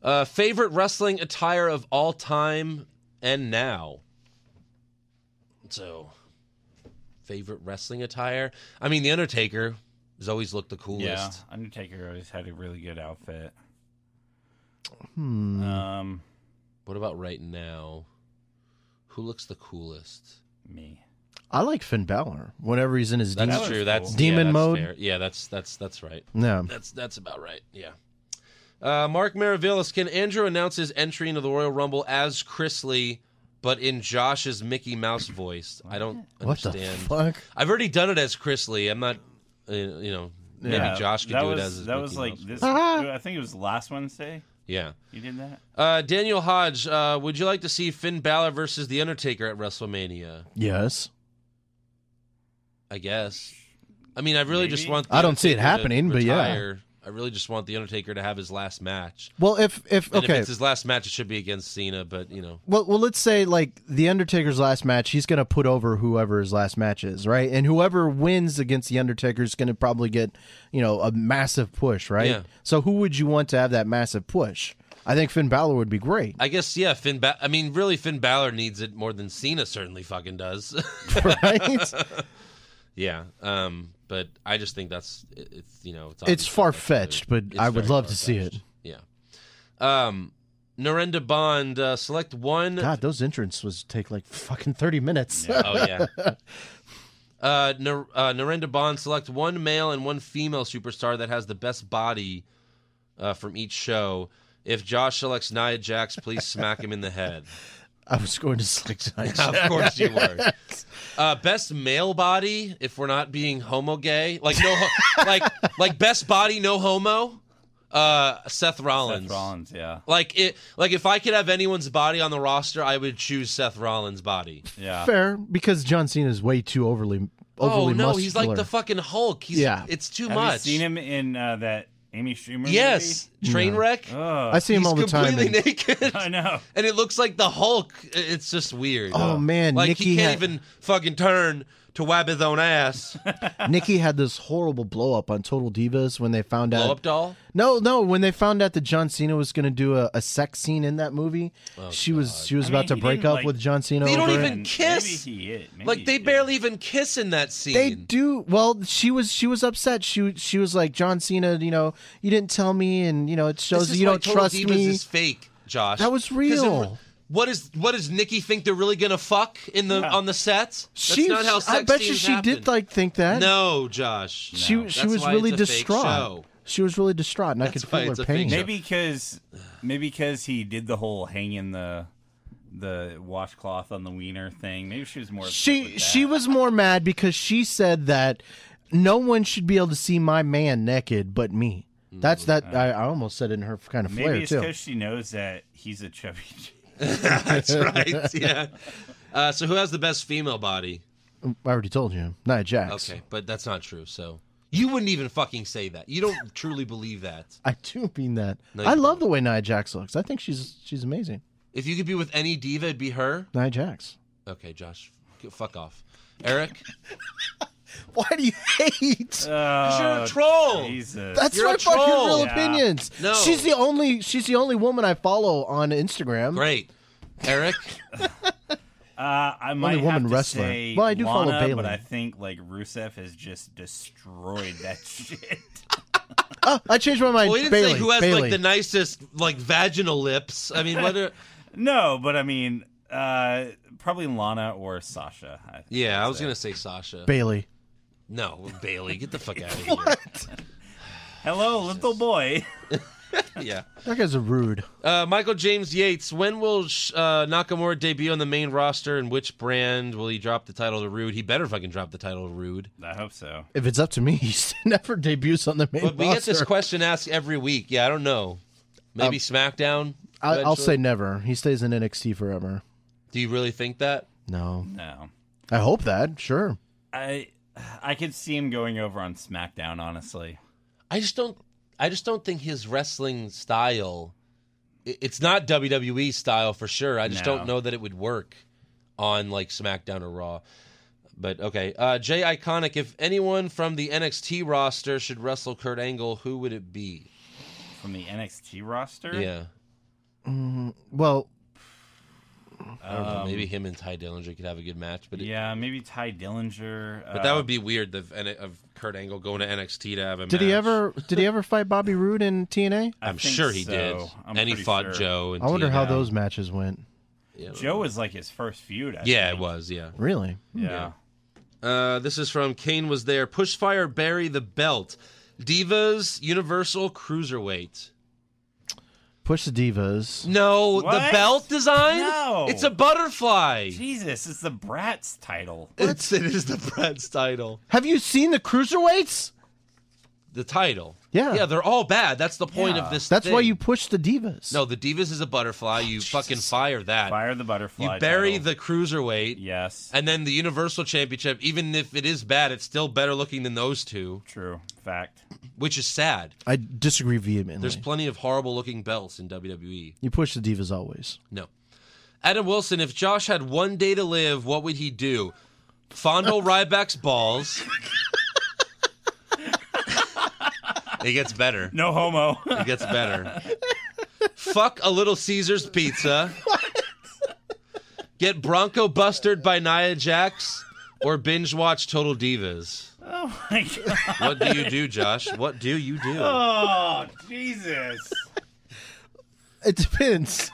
Speaker 2: Uh, favorite wrestling attire of all time and now. So, favorite wrestling attire? I mean, The Undertaker has always looked the coolest.
Speaker 3: Yeah, Undertaker always had a really good outfit.
Speaker 4: Hmm.
Speaker 3: Um,
Speaker 2: What about right now? Who looks the coolest?
Speaker 3: me.
Speaker 4: I like Finn Balor whenever he's in his
Speaker 2: That's
Speaker 4: demon.
Speaker 3: Balor's
Speaker 2: true. That's
Speaker 3: cool.
Speaker 4: Demon
Speaker 2: yeah, that's
Speaker 4: mode?
Speaker 2: fair. Yeah, that's that's that's right.
Speaker 4: No.
Speaker 2: That's that's about right. Yeah. Uh, Mark Maravillas, can Andrew announce his entry into the Royal Rumble as Chris Lee, but in Josh's Mickey Mouse voice? I don't
Speaker 4: What the
Speaker 2: understand.
Speaker 4: fuck?
Speaker 2: I've already done it as Chris Lee. I'm not, uh, you know, maybe
Speaker 3: Yeah,
Speaker 2: Josh could
Speaker 3: that
Speaker 2: do
Speaker 3: was,
Speaker 2: it as his
Speaker 3: that
Speaker 2: Mickey
Speaker 3: was like
Speaker 2: Mouse
Speaker 3: this.
Speaker 2: voice.
Speaker 3: I think it was last Wednesday
Speaker 2: Yeah.
Speaker 3: you did that.
Speaker 2: Uh, Daniel Hodge, uh, would you like to see Finn Balor versus The Undertaker at WrestleMania?
Speaker 4: Yes.
Speaker 2: I guess. I mean, I really just
Speaker 3: Maybe.
Speaker 2: want. The
Speaker 4: I don't see it
Speaker 2: Undertaker to
Speaker 4: happening, but yeah.
Speaker 2: retire. I really just want The Undertaker to have his last match.
Speaker 4: Well, if if
Speaker 2: And if
Speaker 4: okay.
Speaker 2: it's his last match, it should be against Cena, but you know.
Speaker 4: Well, well, let's say like the Undertaker's last match, he's gonna put over whoever his last match is, right? And whoever wins against the Undertaker is gonna probably get, you know, a massive push, right?
Speaker 2: Yeah.
Speaker 4: So who would you want to have that massive push? I think Finn Balor would be great.
Speaker 2: I guess yeah, Finn. Ba- I mean, really, Finn Balor needs it more than Cena certainly fucking does.
Speaker 4: Right?
Speaker 2: yeah, um, but I just think that's it- it's you know it's
Speaker 4: It's
Speaker 2: obviously
Speaker 4: far-fetched,
Speaker 2: that's-
Speaker 4: but
Speaker 2: it's
Speaker 4: I would
Speaker 2: very
Speaker 4: love to see it.
Speaker 2: far-fetched. Yeah. Um, Narendra Bond, uh, select one.
Speaker 4: God, those entrants was take like fucking thirty minutes.
Speaker 2: Oh yeah. Uh, Nar- uh, Narendra Bond, select one male and one female superstar that has the best body uh, from each show. If Josh selects Nia Jax, please smack him in the head.
Speaker 4: I was going to select.
Speaker 2: of course you were. Uh, best male body, if we're not being homo gay, like no, ho- like like best body, no homo. Uh, Seth Rollins.
Speaker 3: Seth Rollins, yeah,
Speaker 2: Like it, like if I could have anyone's body on the roster, I would choose Seth Rollins' body.
Speaker 3: yeah.
Speaker 4: Fair, because John Cena is way too overly
Speaker 2: Oh
Speaker 4: overly
Speaker 2: no,
Speaker 4: muscular.
Speaker 2: he's like the fucking Hulk. He's,
Speaker 4: Yeah.
Speaker 2: it's too
Speaker 3: Have
Speaker 2: much.
Speaker 3: you seen him in uh, that Amy Schumer?
Speaker 2: Yes, train wreck.
Speaker 3: Movie? Oh,
Speaker 4: I see him
Speaker 2: he's
Speaker 4: all the time.
Speaker 2: completely
Speaker 4: and-
Speaker 2: naked.
Speaker 3: I know.
Speaker 2: and it looks like the Hulk. I- It's just weird.
Speaker 4: Oh, man,
Speaker 2: like he
Speaker 4: Nikki
Speaker 2: can't
Speaker 4: had-
Speaker 2: even fucking turn to wab his own ass.
Speaker 4: Nikki had this horrible blow up on Total Divas when they found out.
Speaker 2: Blow up doll.
Speaker 4: No, no. When they found out that John Cena was going to do a, a sex scene in that movie, she was she was
Speaker 3: I
Speaker 4: about
Speaker 3: mean,
Speaker 4: to
Speaker 3: he
Speaker 4: break
Speaker 3: didn't,
Speaker 4: up
Speaker 3: like-
Speaker 4: with John Cena.
Speaker 2: Oh, They don't
Speaker 4: over it.
Speaker 2: even kiss.
Speaker 3: Maybe he hit. Maybe
Speaker 2: Like
Speaker 3: he
Speaker 2: they
Speaker 3: did.
Speaker 2: barely even kiss in that scene.
Speaker 4: They do well. She was she was upset. She she was like John Cena. You know, you didn't tell me, and you know it
Speaker 2: This
Speaker 4: shows that
Speaker 2: is
Speaker 4: you
Speaker 2: why
Speaker 4: don't
Speaker 2: Total
Speaker 4: trust
Speaker 2: Divas
Speaker 4: me.
Speaker 2: Is fake, Josh.
Speaker 4: That was
Speaker 2: 'Cause in re-
Speaker 4: real.
Speaker 2: What is what does Nikki think they're really gonna fuck in the on the set? That's
Speaker 4: she,
Speaker 2: not how sex
Speaker 4: I bet you
Speaker 2: scenes
Speaker 4: she
Speaker 2: happen.
Speaker 4: did like think that.
Speaker 2: No, Josh.
Speaker 4: she
Speaker 2: No.
Speaker 4: she
Speaker 2: That's
Speaker 4: was
Speaker 2: why
Speaker 4: really
Speaker 2: it's a fake
Speaker 4: distraught.
Speaker 2: show.
Speaker 4: She was really distraught, and I
Speaker 2: That's
Speaker 4: could
Speaker 2: why
Speaker 4: feel
Speaker 2: it's
Speaker 4: her
Speaker 2: a fake
Speaker 4: pain.
Speaker 2: show.
Speaker 3: Maybe because maybe because he did the whole hanging the the washcloth on the wiener thing. Maybe she was more. upset with
Speaker 4: She
Speaker 3: that.
Speaker 4: she was more mad because she said that no one should be able to see my man naked but me.
Speaker 2: Mm,
Speaker 4: That's that I, I almost said it in her kind of
Speaker 3: Maybe
Speaker 4: flair
Speaker 3: it's
Speaker 4: too.
Speaker 3: because she knows that he's a chubby.
Speaker 2: That's right. Yeah. Uh, so who has the best female body?
Speaker 4: Mm, I already told you, Nia Jax.
Speaker 2: Okay, but that's not true. So you wouldn't even fucking say that. You don't truly believe that.
Speaker 4: I do mean that.
Speaker 2: No, you
Speaker 4: I love the way Nia Jax looks. I think she's she's amazing.
Speaker 2: If you could be with any diva, it'd be her.
Speaker 4: Nia Jax.
Speaker 2: Okay, Josh, g- fuck off, Eric.
Speaker 4: Why do you hate?
Speaker 3: Oh,
Speaker 2: you're a troll.
Speaker 3: Jesus.
Speaker 4: That's
Speaker 2: Uh, You're a
Speaker 4: my fucking
Speaker 2: troll.
Speaker 4: real
Speaker 2: Yeah.
Speaker 4: opinions.
Speaker 2: No.
Speaker 4: She's the only she's the only woman I follow on Instagram.
Speaker 2: Great, Eric.
Speaker 3: Uh, I might
Speaker 4: woman
Speaker 3: have to
Speaker 4: wrestler.
Speaker 3: say
Speaker 4: Well, I do follow
Speaker 3: Lana,
Speaker 4: Bayley.
Speaker 3: but I think like Rusev has just destroyed that shit.
Speaker 4: Oh, I changed my mind.
Speaker 2: Well, we didn't
Speaker 4: Bailey.
Speaker 2: say who has
Speaker 4: Bailey.
Speaker 2: like the nicest like vaginal lips. I mean, what? Are,
Speaker 3: No, but I mean, uh, probably Lana or Sasha. I think
Speaker 2: yeah, I was
Speaker 3: that's it.
Speaker 2: gonna say Sasha.
Speaker 4: Bailey.
Speaker 2: no, Bailey, get the fuck out of here.
Speaker 3: Hello, little boy.
Speaker 2: yeah.
Speaker 4: That guy's a rude.
Speaker 2: Uh, Michael James Yates. When will sh- uh, Nakamura debut on the main roster, and which brand will he drop the title to Rude? He better fucking drop the title to Rude.
Speaker 3: I hope so.
Speaker 4: If it's up to me, he never debuts on the main
Speaker 2: But we get this
Speaker 4: roster. Um,
Speaker 2: question asked every week. Yeah, I don't know. Maybe SmackDown.
Speaker 4: I, I'll
Speaker 2: eventually?
Speaker 4: say never. He stays in NXT forever.
Speaker 2: Do you really think that?
Speaker 4: No,
Speaker 3: No,
Speaker 4: I hope that. Sure.
Speaker 3: I I could see him going over on SmackDown. Honestly,
Speaker 2: I just don't. I just don't think his wrestling style. i- It's not WWE style for sure. I just
Speaker 3: No.
Speaker 2: don't know that it would work on like SmackDown or Raw. But okay, uh, Jay Iconic. If anyone from the NXT roster should wrestle Kurt Angle, who would it be?
Speaker 3: from the NXT roster,
Speaker 2: Yeah,
Speaker 4: Well,
Speaker 2: I don't know. Maybe him and Ty Dillinger could have a good match. But it-
Speaker 3: Um, yeah, maybe Ty Dillinger. uh,
Speaker 2: but that would be weird. The of Kurt Angle going to NXT to have a.
Speaker 4: did he ever? Did he ever fight Bobby Roode in TNA?
Speaker 2: I'm sure he did. and he fought Joe. And
Speaker 4: I wonder how
Speaker 2: TNA.
Speaker 4: those matches went.
Speaker 3: Joe was like his first feud. I
Speaker 2: Yeah, it
Speaker 3: think.
Speaker 2: was. Yeah.
Speaker 4: Really?
Speaker 3: Yeah.
Speaker 2: Uh, this is from Kane was there. Push fire, bury the belt. Divas Universal Cruiserweight.
Speaker 4: Push the divas.
Speaker 2: No, the
Speaker 3: What?
Speaker 2: belt design.
Speaker 3: No.
Speaker 2: it's a butterfly.
Speaker 3: Jesus, it's the Bratz title.
Speaker 2: It's it is the Bratz title.
Speaker 4: Have you seen the cruiserweights?
Speaker 2: The title.
Speaker 4: Yeah.
Speaker 2: yeah, they're all bad. That's the point
Speaker 3: Yeah.
Speaker 2: of this.
Speaker 4: That's why
Speaker 2: thing.
Speaker 4: you push the divas.
Speaker 2: No, the Divas is a butterfly. You fucking fire that.
Speaker 3: Fire the butterfly.
Speaker 2: you bury
Speaker 3: title.
Speaker 2: the cruiserweight,
Speaker 3: Yes.
Speaker 2: and then the Universal Championship. Even if it is bad, it's still better looking than those two,
Speaker 3: True fact.
Speaker 2: which is sad.
Speaker 4: I disagree vehemently.
Speaker 2: There's plenty of horrible looking belts in E. WWE.
Speaker 4: you push the divas always.
Speaker 2: No. Adam Wilson, if Josh had one day to live, what would he do? Fondle Ryback's balls. it gets better.
Speaker 3: No homo.
Speaker 2: It gets better. Fuck a little Caesar's pizza. Get Bronco bustered by Nia Jax or binge watch Total Divas.
Speaker 3: oh my god.
Speaker 2: What do you do, Josh? What do you do?
Speaker 3: Oh Jesus.
Speaker 4: It depends.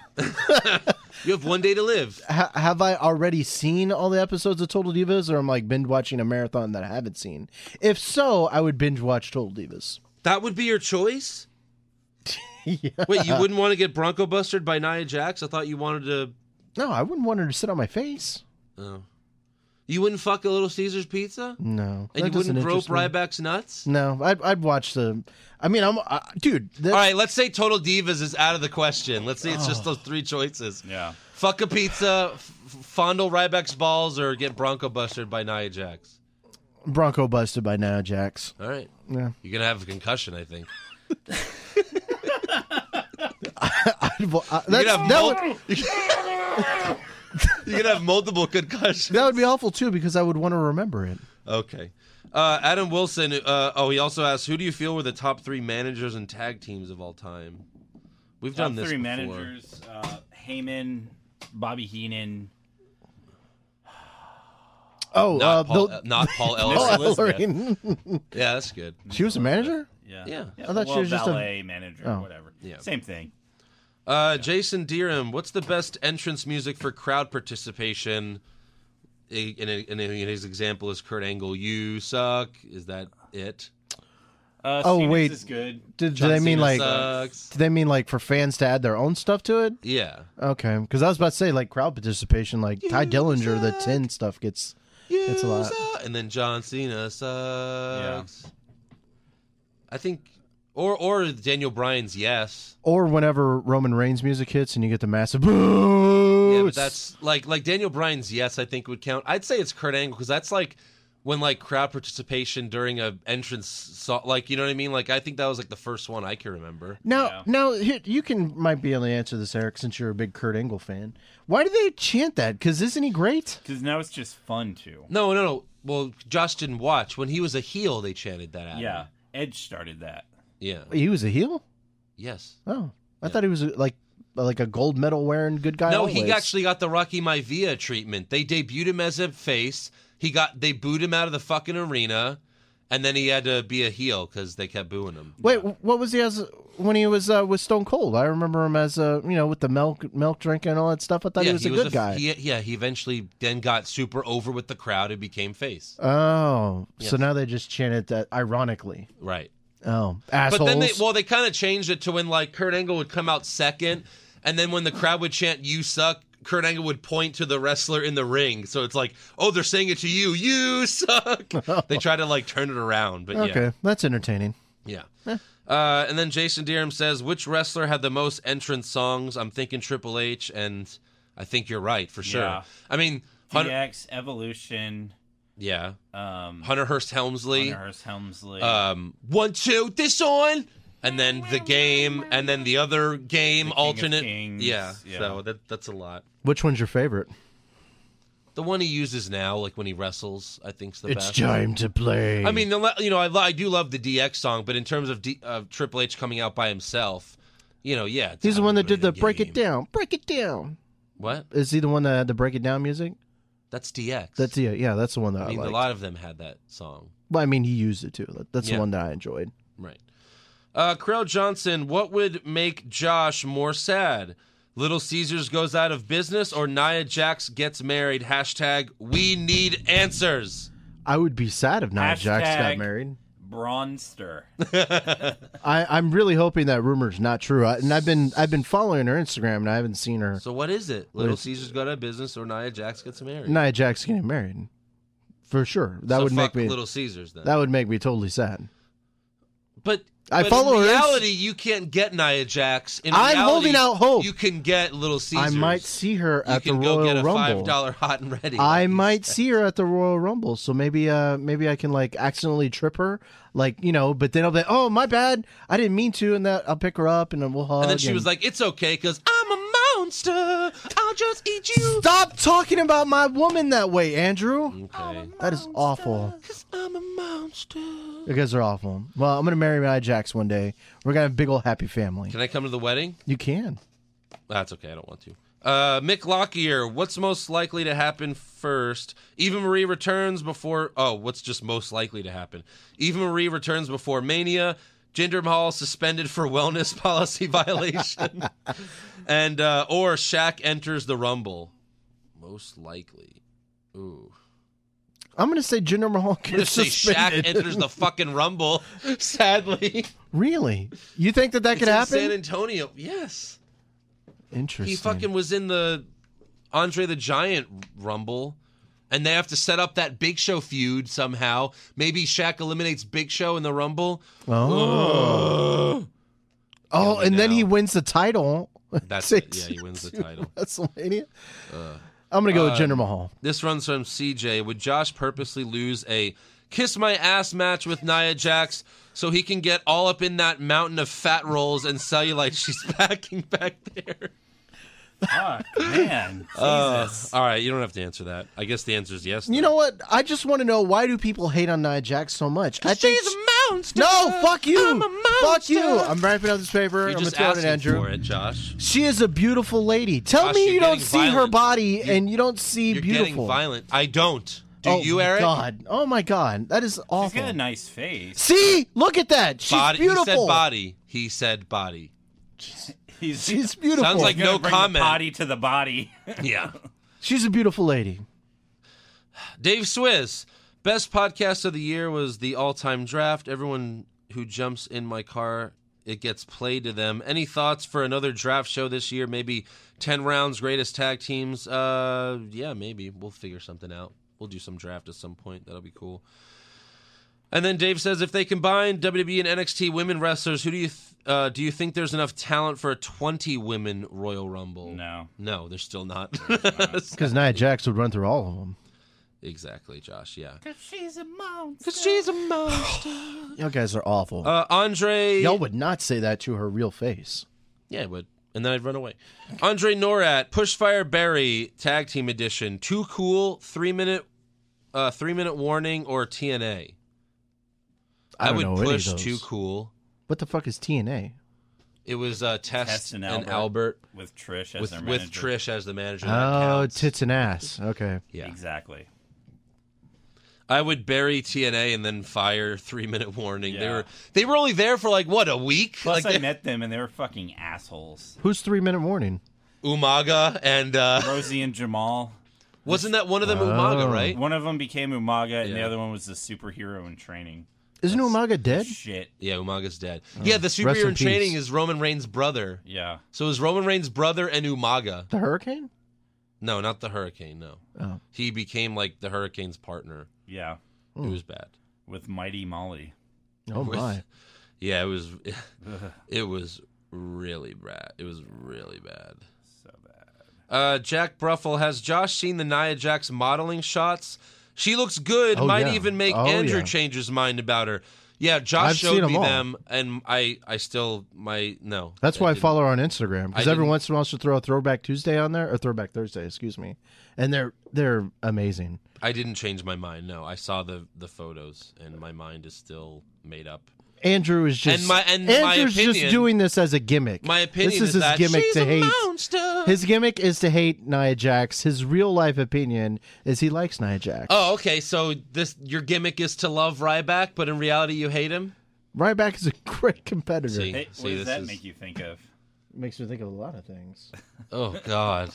Speaker 2: You have one day to live.
Speaker 4: ha- have I already seen all the episodes of Total Divas, or I'm like binge watching a marathon that I haven't seen? If so, I would binge watch Total Divas.
Speaker 2: That would be your choice? Wait, you wouldn't want to get Bronco bustered by Nia Jax? I thought you wanted to.
Speaker 4: No, I wouldn't want her to sit on my face.
Speaker 2: You wouldn't fuck a Little Caesars pizza?
Speaker 4: No,
Speaker 2: And
Speaker 4: that
Speaker 2: you wouldn't
Speaker 4: doesn't
Speaker 2: grope
Speaker 4: interest me.
Speaker 2: Ryback's nuts?
Speaker 4: No, I'd, I'd watch the. I mean, I'm uh, dude. That,
Speaker 2: All right, let's say Total Divas is out of the question. Let's say it's just
Speaker 4: Oh.
Speaker 2: those three choices.
Speaker 3: Yeah.
Speaker 2: Fuck a pizza, f- fondle Ryback's balls, or get Bronco bustered by Nia Jax.
Speaker 4: Bronco busted by now, Jax.
Speaker 2: All right.
Speaker 4: Yeah.
Speaker 2: You're going to have a concussion, I think.
Speaker 4: I'd, wa- I-
Speaker 2: You're going
Speaker 4: that's,
Speaker 2: to have,
Speaker 4: that,
Speaker 2: mul-
Speaker 4: would,
Speaker 2: You're gonna have multiple concussions.
Speaker 4: that would be awful too because I would want to remember it.
Speaker 2: Okay. Uh, Adam Wilson. Uh, oh, he also asked, "Who do you feel were the top three managers and tag teams of all time?" We've
Speaker 3: Top
Speaker 2: done this
Speaker 3: three
Speaker 2: before.
Speaker 3: managers: uh, Heyman, Bobby Heenan,
Speaker 4: Oh,
Speaker 2: Not
Speaker 4: uh,
Speaker 2: Paul,
Speaker 4: the-
Speaker 2: uh, not Paul Ellering.
Speaker 4: Paul
Speaker 3: Ellis. Elizabeth.
Speaker 4: Ellering.
Speaker 2: yeah, that's good.
Speaker 4: she was a manager.
Speaker 3: Yeah.
Speaker 2: Yeah.
Speaker 4: I thought she
Speaker 3: well,
Speaker 4: was just a-
Speaker 3: valet manager,
Speaker 4: Oh.
Speaker 3: whatever.
Speaker 2: Yeah.
Speaker 3: Same thing.
Speaker 2: Uh, Jason Deerham. What's the best entrance music for crowd participation? I- In, a, in, a, in his example is Kurt Angle. You suck. Is that it?
Speaker 3: Uh,
Speaker 4: Oh,
Speaker 3: Cena's
Speaker 4: wait.
Speaker 3: is good.
Speaker 4: Did, did
Speaker 2: John
Speaker 4: they mean
Speaker 2: Cena
Speaker 4: like?
Speaker 2: sucks.
Speaker 4: Did they mean like for fans to add their own stuff to it?
Speaker 2: Yeah.
Speaker 4: Okay, because I was about to say like crowd participation, like Ty Dillinger, the ten stuff gets. It's a lot.
Speaker 2: suck. And then John Cena sucks. I think, or or Daniel Bryan's yes.
Speaker 4: Or whenever Roman Reigns music hits and you get the massive boo.
Speaker 2: Yeah, but that's like like Daniel Bryan's yes, I think would count. I'd say it's Kurt Angle because that's like when like crowd participation during a entrance so, like you know what I mean? Like I think that was like the first one I can remember.
Speaker 4: now now here, you can might be able to answer this, Eric, since you're a big Kurt Angle fan. Why do they chant that? Because isn't he great?
Speaker 3: Because now it's just fun too.
Speaker 2: No, no, no. Well, Josh didn't watch when he was a heel. They chanted that at him.
Speaker 3: Yeah. Edge started that.
Speaker 2: yeah,
Speaker 4: He was a heel.
Speaker 2: yes.
Speaker 4: Oh, I thought he was like like a gold medal wearing good guy.
Speaker 2: No,
Speaker 4: always.
Speaker 2: he actually got the Rocky Maivia treatment. They debuted him as a face. He got they booed him out of the fucking arena, and then he had to be a heel because they kept booing him.
Speaker 4: Wait, what was he as when he was uh, with Stone Cold? I remember him as a you know with the milk milk drinking and all that stuff. I thought he was a good
Speaker 2: f-
Speaker 4: guy.
Speaker 2: He, yeah, he eventually then got super over with the crowd and became face.
Speaker 4: Oh,
Speaker 2: Yes.
Speaker 4: so now they just chant it that ironically.
Speaker 2: Right.
Speaker 4: Oh,
Speaker 2: But
Speaker 4: assholes.
Speaker 2: then they well they kind of changed it to when like Kurt Angle would come out second, and then when the crowd would chant "You suck," Kurt Angle would point to the wrestler in the ring. So it's like, oh, they're saying it to you. You suck. they try to like turn it around, but
Speaker 4: okay,
Speaker 2: yeah,
Speaker 4: that's entertaining.
Speaker 2: yeah. Uh, and then Jason Deerham says, which wrestler had the most entrance songs? I'm thinking Triple H, and I think you're right for sure.
Speaker 3: Yeah.
Speaker 2: I mean, Hunter, yeah.
Speaker 3: DX, Evolution, um,
Speaker 2: Hunter Hurst Helmsley.
Speaker 3: Hunter Hearst Helmsley.
Speaker 2: um, one, two, this on, and then the game, and then the other game
Speaker 3: The King of
Speaker 2: alternate.
Speaker 3: Kings,
Speaker 2: yeah,
Speaker 3: yeah.
Speaker 2: so that that's a lot.
Speaker 4: Which one's your favorite?
Speaker 2: The one he uses now, like when he wrestles, I think's the
Speaker 4: it's
Speaker 2: best.
Speaker 4: time to play.
Speaker 2: I mean, the le- you know, I, lo- I do love the DX song, but in terms of D- of Triple H coming out by himself, you know, yeah,
Speaker 4: he's the
Speaker 2: time
Speaker 4: one
Speaker 2: to
Speaker 4: that did
Speaker 2: play
Speaker 4: the break it
Speaker 2: game.
Speaker 4: down, break it down.
Speaker 2: What?
Speaker 4: Is he the one that had the break it down music?
Speaker 2: That's DX.
Speaker 4: That's yeah, yeah. That's the one that I,
Speaker 2: I mean, a
Speaker 4: liked.
Speaker 2: lot of them had that song.
Speaker 4: Well, I mean, he used it too. That- That's
Speaker 2: Yeah.
Speaker 4: the one that I enjoyed.
Speaker 2: Right. Uh, Krell Johnson, what would make Josh more sad? Little Caesars goes out of business or Nia Jax gets married? Hashtag we need answers.
Speaker 4: I would be sad if Nia Jax got
Speaker 3: Hashtag-
Speaker 4: married.
Speaker 3: Bronster.
Speaker 4: I, I'm really hoping that rumor's not true. I, and I've been I've been following her Instagram and I haven't seen her.
Speaker 2: So what is it? Little Caesars go out of business or Nia Jax gets married?
Speaker 4: Nia Jax getting married, for sure. That
Speaker 2: So
Speaker 4: would
Speaker 2: fuck
Speaker 4: make me
Speaker 2: Little Caesars then.
Speaker 4: that would make me totally sad.
Speaker 2: but
Speaker 4: I
Speaker 2: but
Speaker 4: follow
Speaker 2: in
Speaker 4: her Inst-
Speaker 2: reality, you can't get Nia Jax. In
Speaker 4: I'm
Speaker 2: reality,
Speaker 4: holding out hope.
Speaker 2: You can get Little
Speaker 4: I
Speaker 2: Caesars.
Speaker 4: might see her
Speaker 2: you
Speaker 4: at the
Speaker 2: can go
Speaker 4: Royal
Speaker 2: get a five
Speaker 4: Rumble.
Speaker 2: dollar hot and ready.
Speaker 4: I
Speaker 2: like you
Speaker 4: might
Speaker 2: said.
Speaker 4: see her at the Royal Rumble, so maybe uh maybe I can like accidentally trip her, like you know. But then I'll be like, oh my bad, I didn't mean to, and that I'll pick her up and then we'll hug.
Speaker 2: And then she was like, "It's okay, cause I'm a monster. I'll just eat you."
Speaker 4: "Stop talking about my woman that way, Andrew.
Speaker 2: Okay.
Speaker 4: That is awful.
Speaker 2: Cause I'm a monster.
Speaker 4: You guys are awful. Well, I'm gonna marry Nia Jax one day. We're gonna have a big old happy family.
Speaker 2: Can I come to the wedding?
Speaker 4: You can.
Speaker 2: That's okay. I don't want to. Uh, Mick Lockyer, what's most likely to happen first? Eva Marie returns before. Oh, what's just most likely to happen? Eva Marie returns before Mania. Jinder Mahal suspended for wellness policy violation, and uh, or Shaq enters the Rumble. Most likely. Ooh.
Speaker 4: I'm gonna say Jinder Mahal
Speaker 2: I'm gonna
Speaker 4: gets
Speaker 2: say Shaq
Speaker 4: suspended.
Speaker 2: enters the fucking Rumble. Sadly,
Speaker 4: really? You think that that
Speaker 2: It's
Speaker 4: could
Speaker 2: in
Speaker 4: happen?
Speaker 2: San Antonio. Yes.
Speaker 4: Interesting.
Speaker 2: He fucking was in the Andre the Giant Rumble, and they have to set up that Big Show feud somehow. Maybe Shaq eliminates Big Show in the Rumble.
Speaker 4: Oh.
Speaker 2: Kill
Speaker 4: Oh,
Speaker 2: me
Speaker 4: and then
Speaker 2: now.
Speaker 4: he wins the title.
Speaker 2: That's it.
Speaker 4: Six.
Speaker 2: Yeah, he wins the title. Uh,
Speaker 4: WrestleMania. I'm gonna go with Jinder Mahal.
Speaker 2: This runs from CJ. Would Josh purposely lose a kiss my ass match with Nia Jax so he can get all up in that mountain of fat rolls and cellulite she's packing back there?
Speaker 3: Fuck, man.
Speaker 2: Uh,
Speaker 3: Jesus.
Speaker 2: all right, you don't have to answer that. I guess the answer is yes.
Speaker 4: You know what? I just want to know why do people hate on Nia Jax so much? I think
Speaker 2: she's
Speaker 4: sh-
Speaker 2: a monster.
Speaker 4: no, fuck you,
Speaker 2: I'm a monster.
Speaker 4: fuck you. I'm wrapping up this paper.
Speaker 2: You're
Speaker 4: I'm
Speaker 2: just
Speaker 4: gonna throw it
Speaker 2: asking
Speaker 4: at Andrew.
Speaker 2: for it, Josh.
Speaker 4: She is a beautiful lady. Tell
Speaker 2: Gosh,
Speaker 4: me
Speaker 2: you're
Speaker 4: you don't
Speaker 2: getting
Speaker 4: see her
Speaker 2: violent.
Speaker 4: body
Speaker 2: You-
Speaker 4: and you don't see
Speaker 2: You're getting
Speaker 4: beautiful.
Speaker 2: violent. I don't. Do
Speaker 4: oh
Speaker 2: you,
Speaker 4: my
Speaker 2: Eric?
Speaker 4: God. Oh my God. That is awful.
Speaker 3: He's got a nice face.
Speaker 4: See, look at that. She's
Speaker 2: Body.
Speaker 4: beautiful.
Speaker 2: He said body. He said body.
Speaker 3: He's,
Speaker 4: She's beautiful.
Speaker 2: Sounds like-
Speaker 3: gonna
Speaker 2: No
Speaker 3: bring
Speaker 2: comment.
Speaker 3: The body to the body.
Speaker 2: Yeah.
Speaker 4: she's a beautiful lady.
Speaker 2: Dave Swiss. Best podcast of the year was the all-time draft. Everyone who jumps in my car, it gets played to them. Any thoughts for another draft show this year? Maybe ten rounds, greatest tag teams. Uh, yeah, maybe we'll figure something out. We'll do some draft at some point. That'll be cool. And then Dave says, if they combine WWE and NXT women wrestlers, who do you th- uh, do you think there's enough talent for a 20 women Royal Rumble?
Speaker 3: No.
Speaker 2: no, there's still not.
Speaker 4: Because Nia Jax would run through all of them.
Speaker 2: exactly, Josh. Yeah,
Speaker 4: You guys are awful.
Speaker 2: uh, Andre.
Speaker 4: Y'all would not say that to her real face.
Speaker 2: Yeah, I would. And then I'd run away. Andre Norat, Pushfire Barry, Tag Team Edition. Too cool, three minute uh three minute warning or TNA.
Speaker 4: I, don't
Speaker 2: would
Speaker 4: know
Speaker 2: push
Speaker 4: any of those.
Speaker 2: too cool.
Speaker 4: What the fuck is TNA?
Speaker 2: It was uh Test,
Speaker 3: Test
Speaker 2: and
Speaker 3: and
Speaker 2: Albert,
Speaker 3: With Trish as
Speaker 2: with
Speaker 3: their
Speaker 2: with
Speaker 3: manager.
Speaker 2: Trish as the manager. That
Speaker 4: Oh,
Speaker 2: counts.
Speaker 4: tits and ass. Okay.
Speaker 2: yeah.
Speaker 3: Exactly.
Speaker 2: I would bury TNA and then fire three minute warning. They
Speaker 3: Yeah.
Speaker 2: were they were only there for like what, a week?
Speaker 3: Plus,
Speaker 2: like
Speaker 3: I
Speaker 2: they-
Speaker 3: met them and they were fucking assholes.
Speaker 4: Who's three minute warning?
Speaker 2: Umaga and uh
Speaker 3: Rosie and Jamal.
Speaker 4: Oh.
Speaker 2: wasn't that one of them Umaga, right?
Speaker 3: One of them became Umaga, and the
Speaker 2: Yeah.
Speaker 3: other one was the superhero in training.
Speaker 4: Isn't Umaga dead?
Speaker 3: Shit.
Speaker 2: Yeah, Umaga's dead. yeah, the
Speaker 4: Oh. rest in
Speaker 2: superhero in
Speaker 4: peace.
Speaker 2: training is Roman Reigns' brother.
Speaker 3: Yeah.
Speaker 2: So is Roman Reigns' brother and Umaga.
Speaker 4: The Hurricane?
Speaker 2: No, not the Hurricane. No,
Speaker 4: Oh.
Speaker 2: he became like the Hurricane's partner.
Speaker 3: Yeah.
Speaker 4: Hmm.
Speaker 2: It was bad.
Speaker 3: With Mighty Molly.
Speaker 4: Oh
Speaker 2: With-
Speaker 4: my.
Speaker 2: Yeah, it was. It was really bad. It was really bad.
Speaker 3: So bad.
Speaker 2: Uh, Jack Bruffel has Josh seen the Nia Jax modeling shots? She looks good.
Speaker 4: Oh,
Speaker 2: Might
Speaker 4: yeah.
Speaker 2: even make
Speaker 4: Oh,
Speaker 2: Andrew
Speaker 4: yeah.
Speaker 2: change his mind about her. Yeah, Josh
Speaker 4: I've
Speaker 2: showed
Speaker 4: seen 'em
Speaker 2: me
Speaker 4: all.
Speaker 2: them, and I, I still my no.
Speaker 4: That's why I,
Speaker 2: didn't.
Speaker 4: follow her on Instagram
Speaker 2: I
Speaker 4: because every
Speaker 2: didn't-
Speaker 4: once in a while she'll throw a Throwback Tuesday on there or Throwback Thursday, excuse me, and they're they're amazing.
Speaker 2: I didn't change my mind. No, I saw the the photos, and my mind is still made up.
Speaker 4: Andrew is just
Speaker 2: And my- and my
Speaker 4: Andrew's
Speaker 2: opinion-
Speaker 4: just doing this as a gimmick.
Speaker 2: My opinion
Speaker 4: this
Speaker 2: is,
Speaker 4: is, his
Speaker 2: that
Speaker 4: gimmick
Speaker 2: she's
Speaker 4: to
Speaker 2: a
Speaker 4: hate.
Speaker 2: monster.
Speaker 4: His gimmick is to hate Nia Jax. His real life opinion is he likes Nia Jax.
Speaker 2: Oh, okay. So this your gimmick is to love Ryback, but in reality you hate him.
Speaker 4: Ryback is a great competitor.
Speaker 2: See.
Speaker 3: Hey, what does
Speaker 2: this
Speaker 3: that
Speaker 2: is-
Speaker 3: make you think of?
Speaker 4: Makes me think of a lot of things.
Speaker 2: Oh God,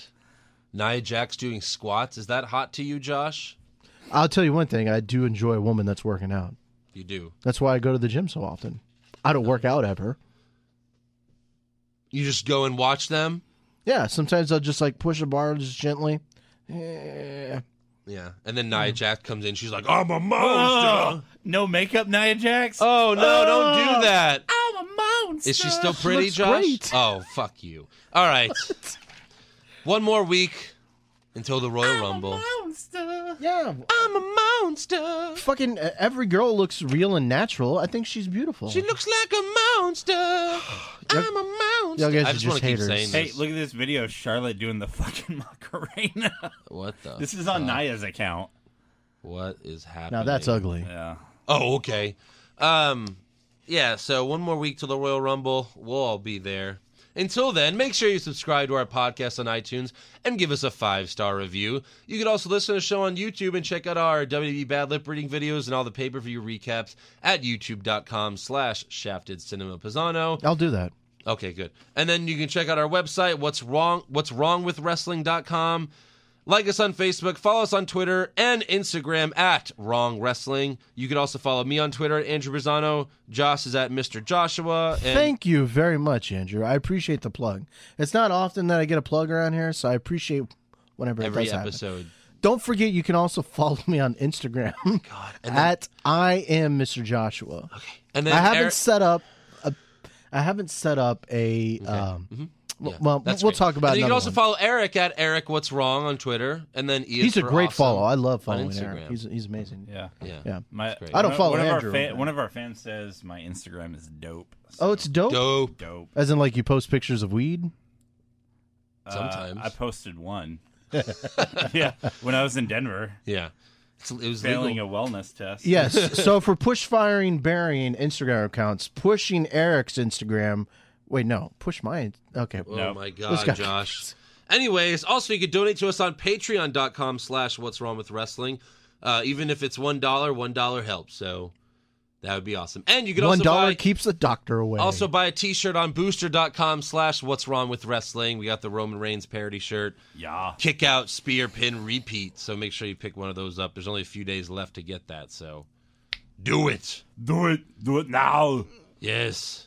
Speaker 2: Nia Jax doing squats. Is that hot to you, Josh?
Speaker 4: I'll tell you one thing: I do enjoy a woman that's working out.
Speaker 2: You do.
Speaker 4: That's why I go to the gym so often. I don't work out ever.
Speaker 2: You just go and watch them.
Speaker 4: Yeah, sometimes I'll just like push a bar just gently. Eh.
Speaker 2: Yeah, and then
Speaker 4: Mm-hmm.
Speaker 2: Nia Jax comes in. She's like, "I'm a
Speaker 4: Ah.
Speaker 2: monster."
Speaker 3: No makeup, Nia Jax?
Speaker 2: Oh, no, don't do that.
Speaker 3: I'm a monster.
Speaker 2: Is she still pretty,
Speaker 4: looks
Speaker 2: Josh?
Speaker 4: great.
Speaker 2: Oh, fuck you. All right. One more week until the Royal Rumble.
Speaker 3: monster.
Speaker 4: Yeah,
Speaker 2: I'm a monster.
Speaker 4: fucking uh, every girl looks real and natural. I think she's beautiful.
Speaker 2: She looks like a monster. I'm a monster.
Speaker 4: y'all guys
Speaker 2: I
Speaker 4: are
Speaker 2: just,
Speaker 4: just
Speaker 2: want to keep
Speaker 4: haters.
Speaker 2: saying
Speaker 3: Hey,
Speaker 2: this.
Speaker 3: look at this video of Charlotte doing the fucking Macarena.
Speaker 2: What the?
Speaker 3: this is on Nia's account.
Speaker 2: What is happening?
Speaker 4: now that's ugly.
Speaker 3: Yeah.
Speaker 2: Oh, okay. Um, yeah. So one more week till the Royal Rumble. We'll all be there. Until then, make sure you subscribe to our podcast on iTunes and give us a five star review. You can also listen to the show on YouTube and check out our WB Bad Lip reading videos and all the pay per view recaps at youtube.com slash shafted cinema pisano.
Speaker 4: I'll do that.
Speaker 2: Okay, good. And then you can check out our website, what's wrong what's wrong with wrestling.com. Like us on Facebook, follow us on Twitter and Instagram at Wrong Wrestling. You can also follow me on Twitter at Andrew Brizano. Josh is at Mr. Joshua. And
Speaker 4: Thank you very much, Andrew. I appreciate the plug. It's not often that I get a plug around here, so I appreciate whenever it
Speaker 2: every
Speaker 4: does happen.
Speaker 2: episode.
Speaker 4: Don't forget, you can also follow me on Instagram at I am Mr. Joshua.
Speaker 2: And
Speaker 4: I haven't
Speaker 2: Eric-
Speaker 4: set up. A, I haven't set up a. Um, w- Well,
Speaker 2: Mm-hmm. that's
Speaker 4: we'll
Speaker 2: great.
Speaker 4: talk about.
Speaker 2: And then you can
Speaker 4: another
Speaker 2: also
Speaker 4: one.
Speaker 2: follow Eric at Eric What's Wrong on Twitter. And then E is
Speaker 4: He's a
Speaker 2: for
Speaker 4: great
Speaker 2: awesome
Speaker 4: follow. I love
Speaker 2: on
Speaker 4: following
Speaker 2: Instagram.
Speaker 4: Eric. He's he's amazing.
Speaker 3: Yeah.
Speaker 2: yeah.
Speaker 4: Yeah.
Speaker 3: My,
Speaker 4: I don't
Speaker 3: one-
Speaker 4: follow
Speaker 3: one
Speaker 4: Andrew
Speaker 3: Of our
Speaker 4: over
Speaker 3: fan, one of our fans says my Instagram is dope.
Speaker 4: Oh, it's dope.
Speaker 2: Dope.
Speaker 3: dope.
Speaker 4: As in, like you post pictures of weed.
Speaker 3: Uh,
Speaker 2: Sometimes.
Speaker 3: I posted one. yeah, when I was in Denver,
Speaker 2: Yeah. It's, it was
Speaker 3: failing
Speaker 2: legal.
Speaker 3: a wellness test.
Speaker 4: Yes. so for push firing, burying Instagram accounts, pushing Eric's Instagram. Wait, no, push mine. Okay.
Speaker 2: Oh
Speaker 3: No.
Speaker 2: my
Speaker 4: This
Speaker 2: god,
Speaker 4: guy-
Speaker 2: Josh. Anyways, also you could donate to us on patreon.com slash what's wrong with wrestling. Uh, even if it's one dollar, one dollar helps. So that would be awesome. And you could
Speaker 4: One
Speaker 2: also
Speaker 4: dollar
Speaker 2: buy,
Speaker 4: keeps the doctor away.
Speaker 2: also buy a t shirt on booster.com slash what's wrong with wrestling. We got the Roman Reigns parody shirt.
Speaker 3: Yeah.
Speaker 2: Kick out, spear, pin, repeat. So make sure you pick one of those up. There's only a few days left to get that, so do it.
Speaker 3: Do it. Do it now.
Speaker 2: Yes.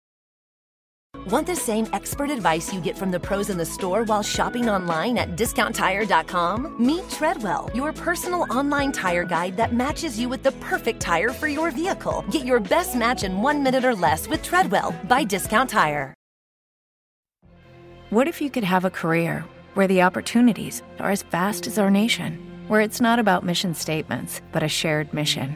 Speaker 1: Want the same expert advice you get from the pros in the store while shopping online at discounttire.com? Meet Treadwell, your personal online tire guide that matches you with the perfect tire for your vehicle. Get your best match in one minute or less with Treadwell by Discount Tire.
Speaker 7: What if you could have a career where the opportunities are as vast as our nation, where it's not about mission statements, but a shared mission?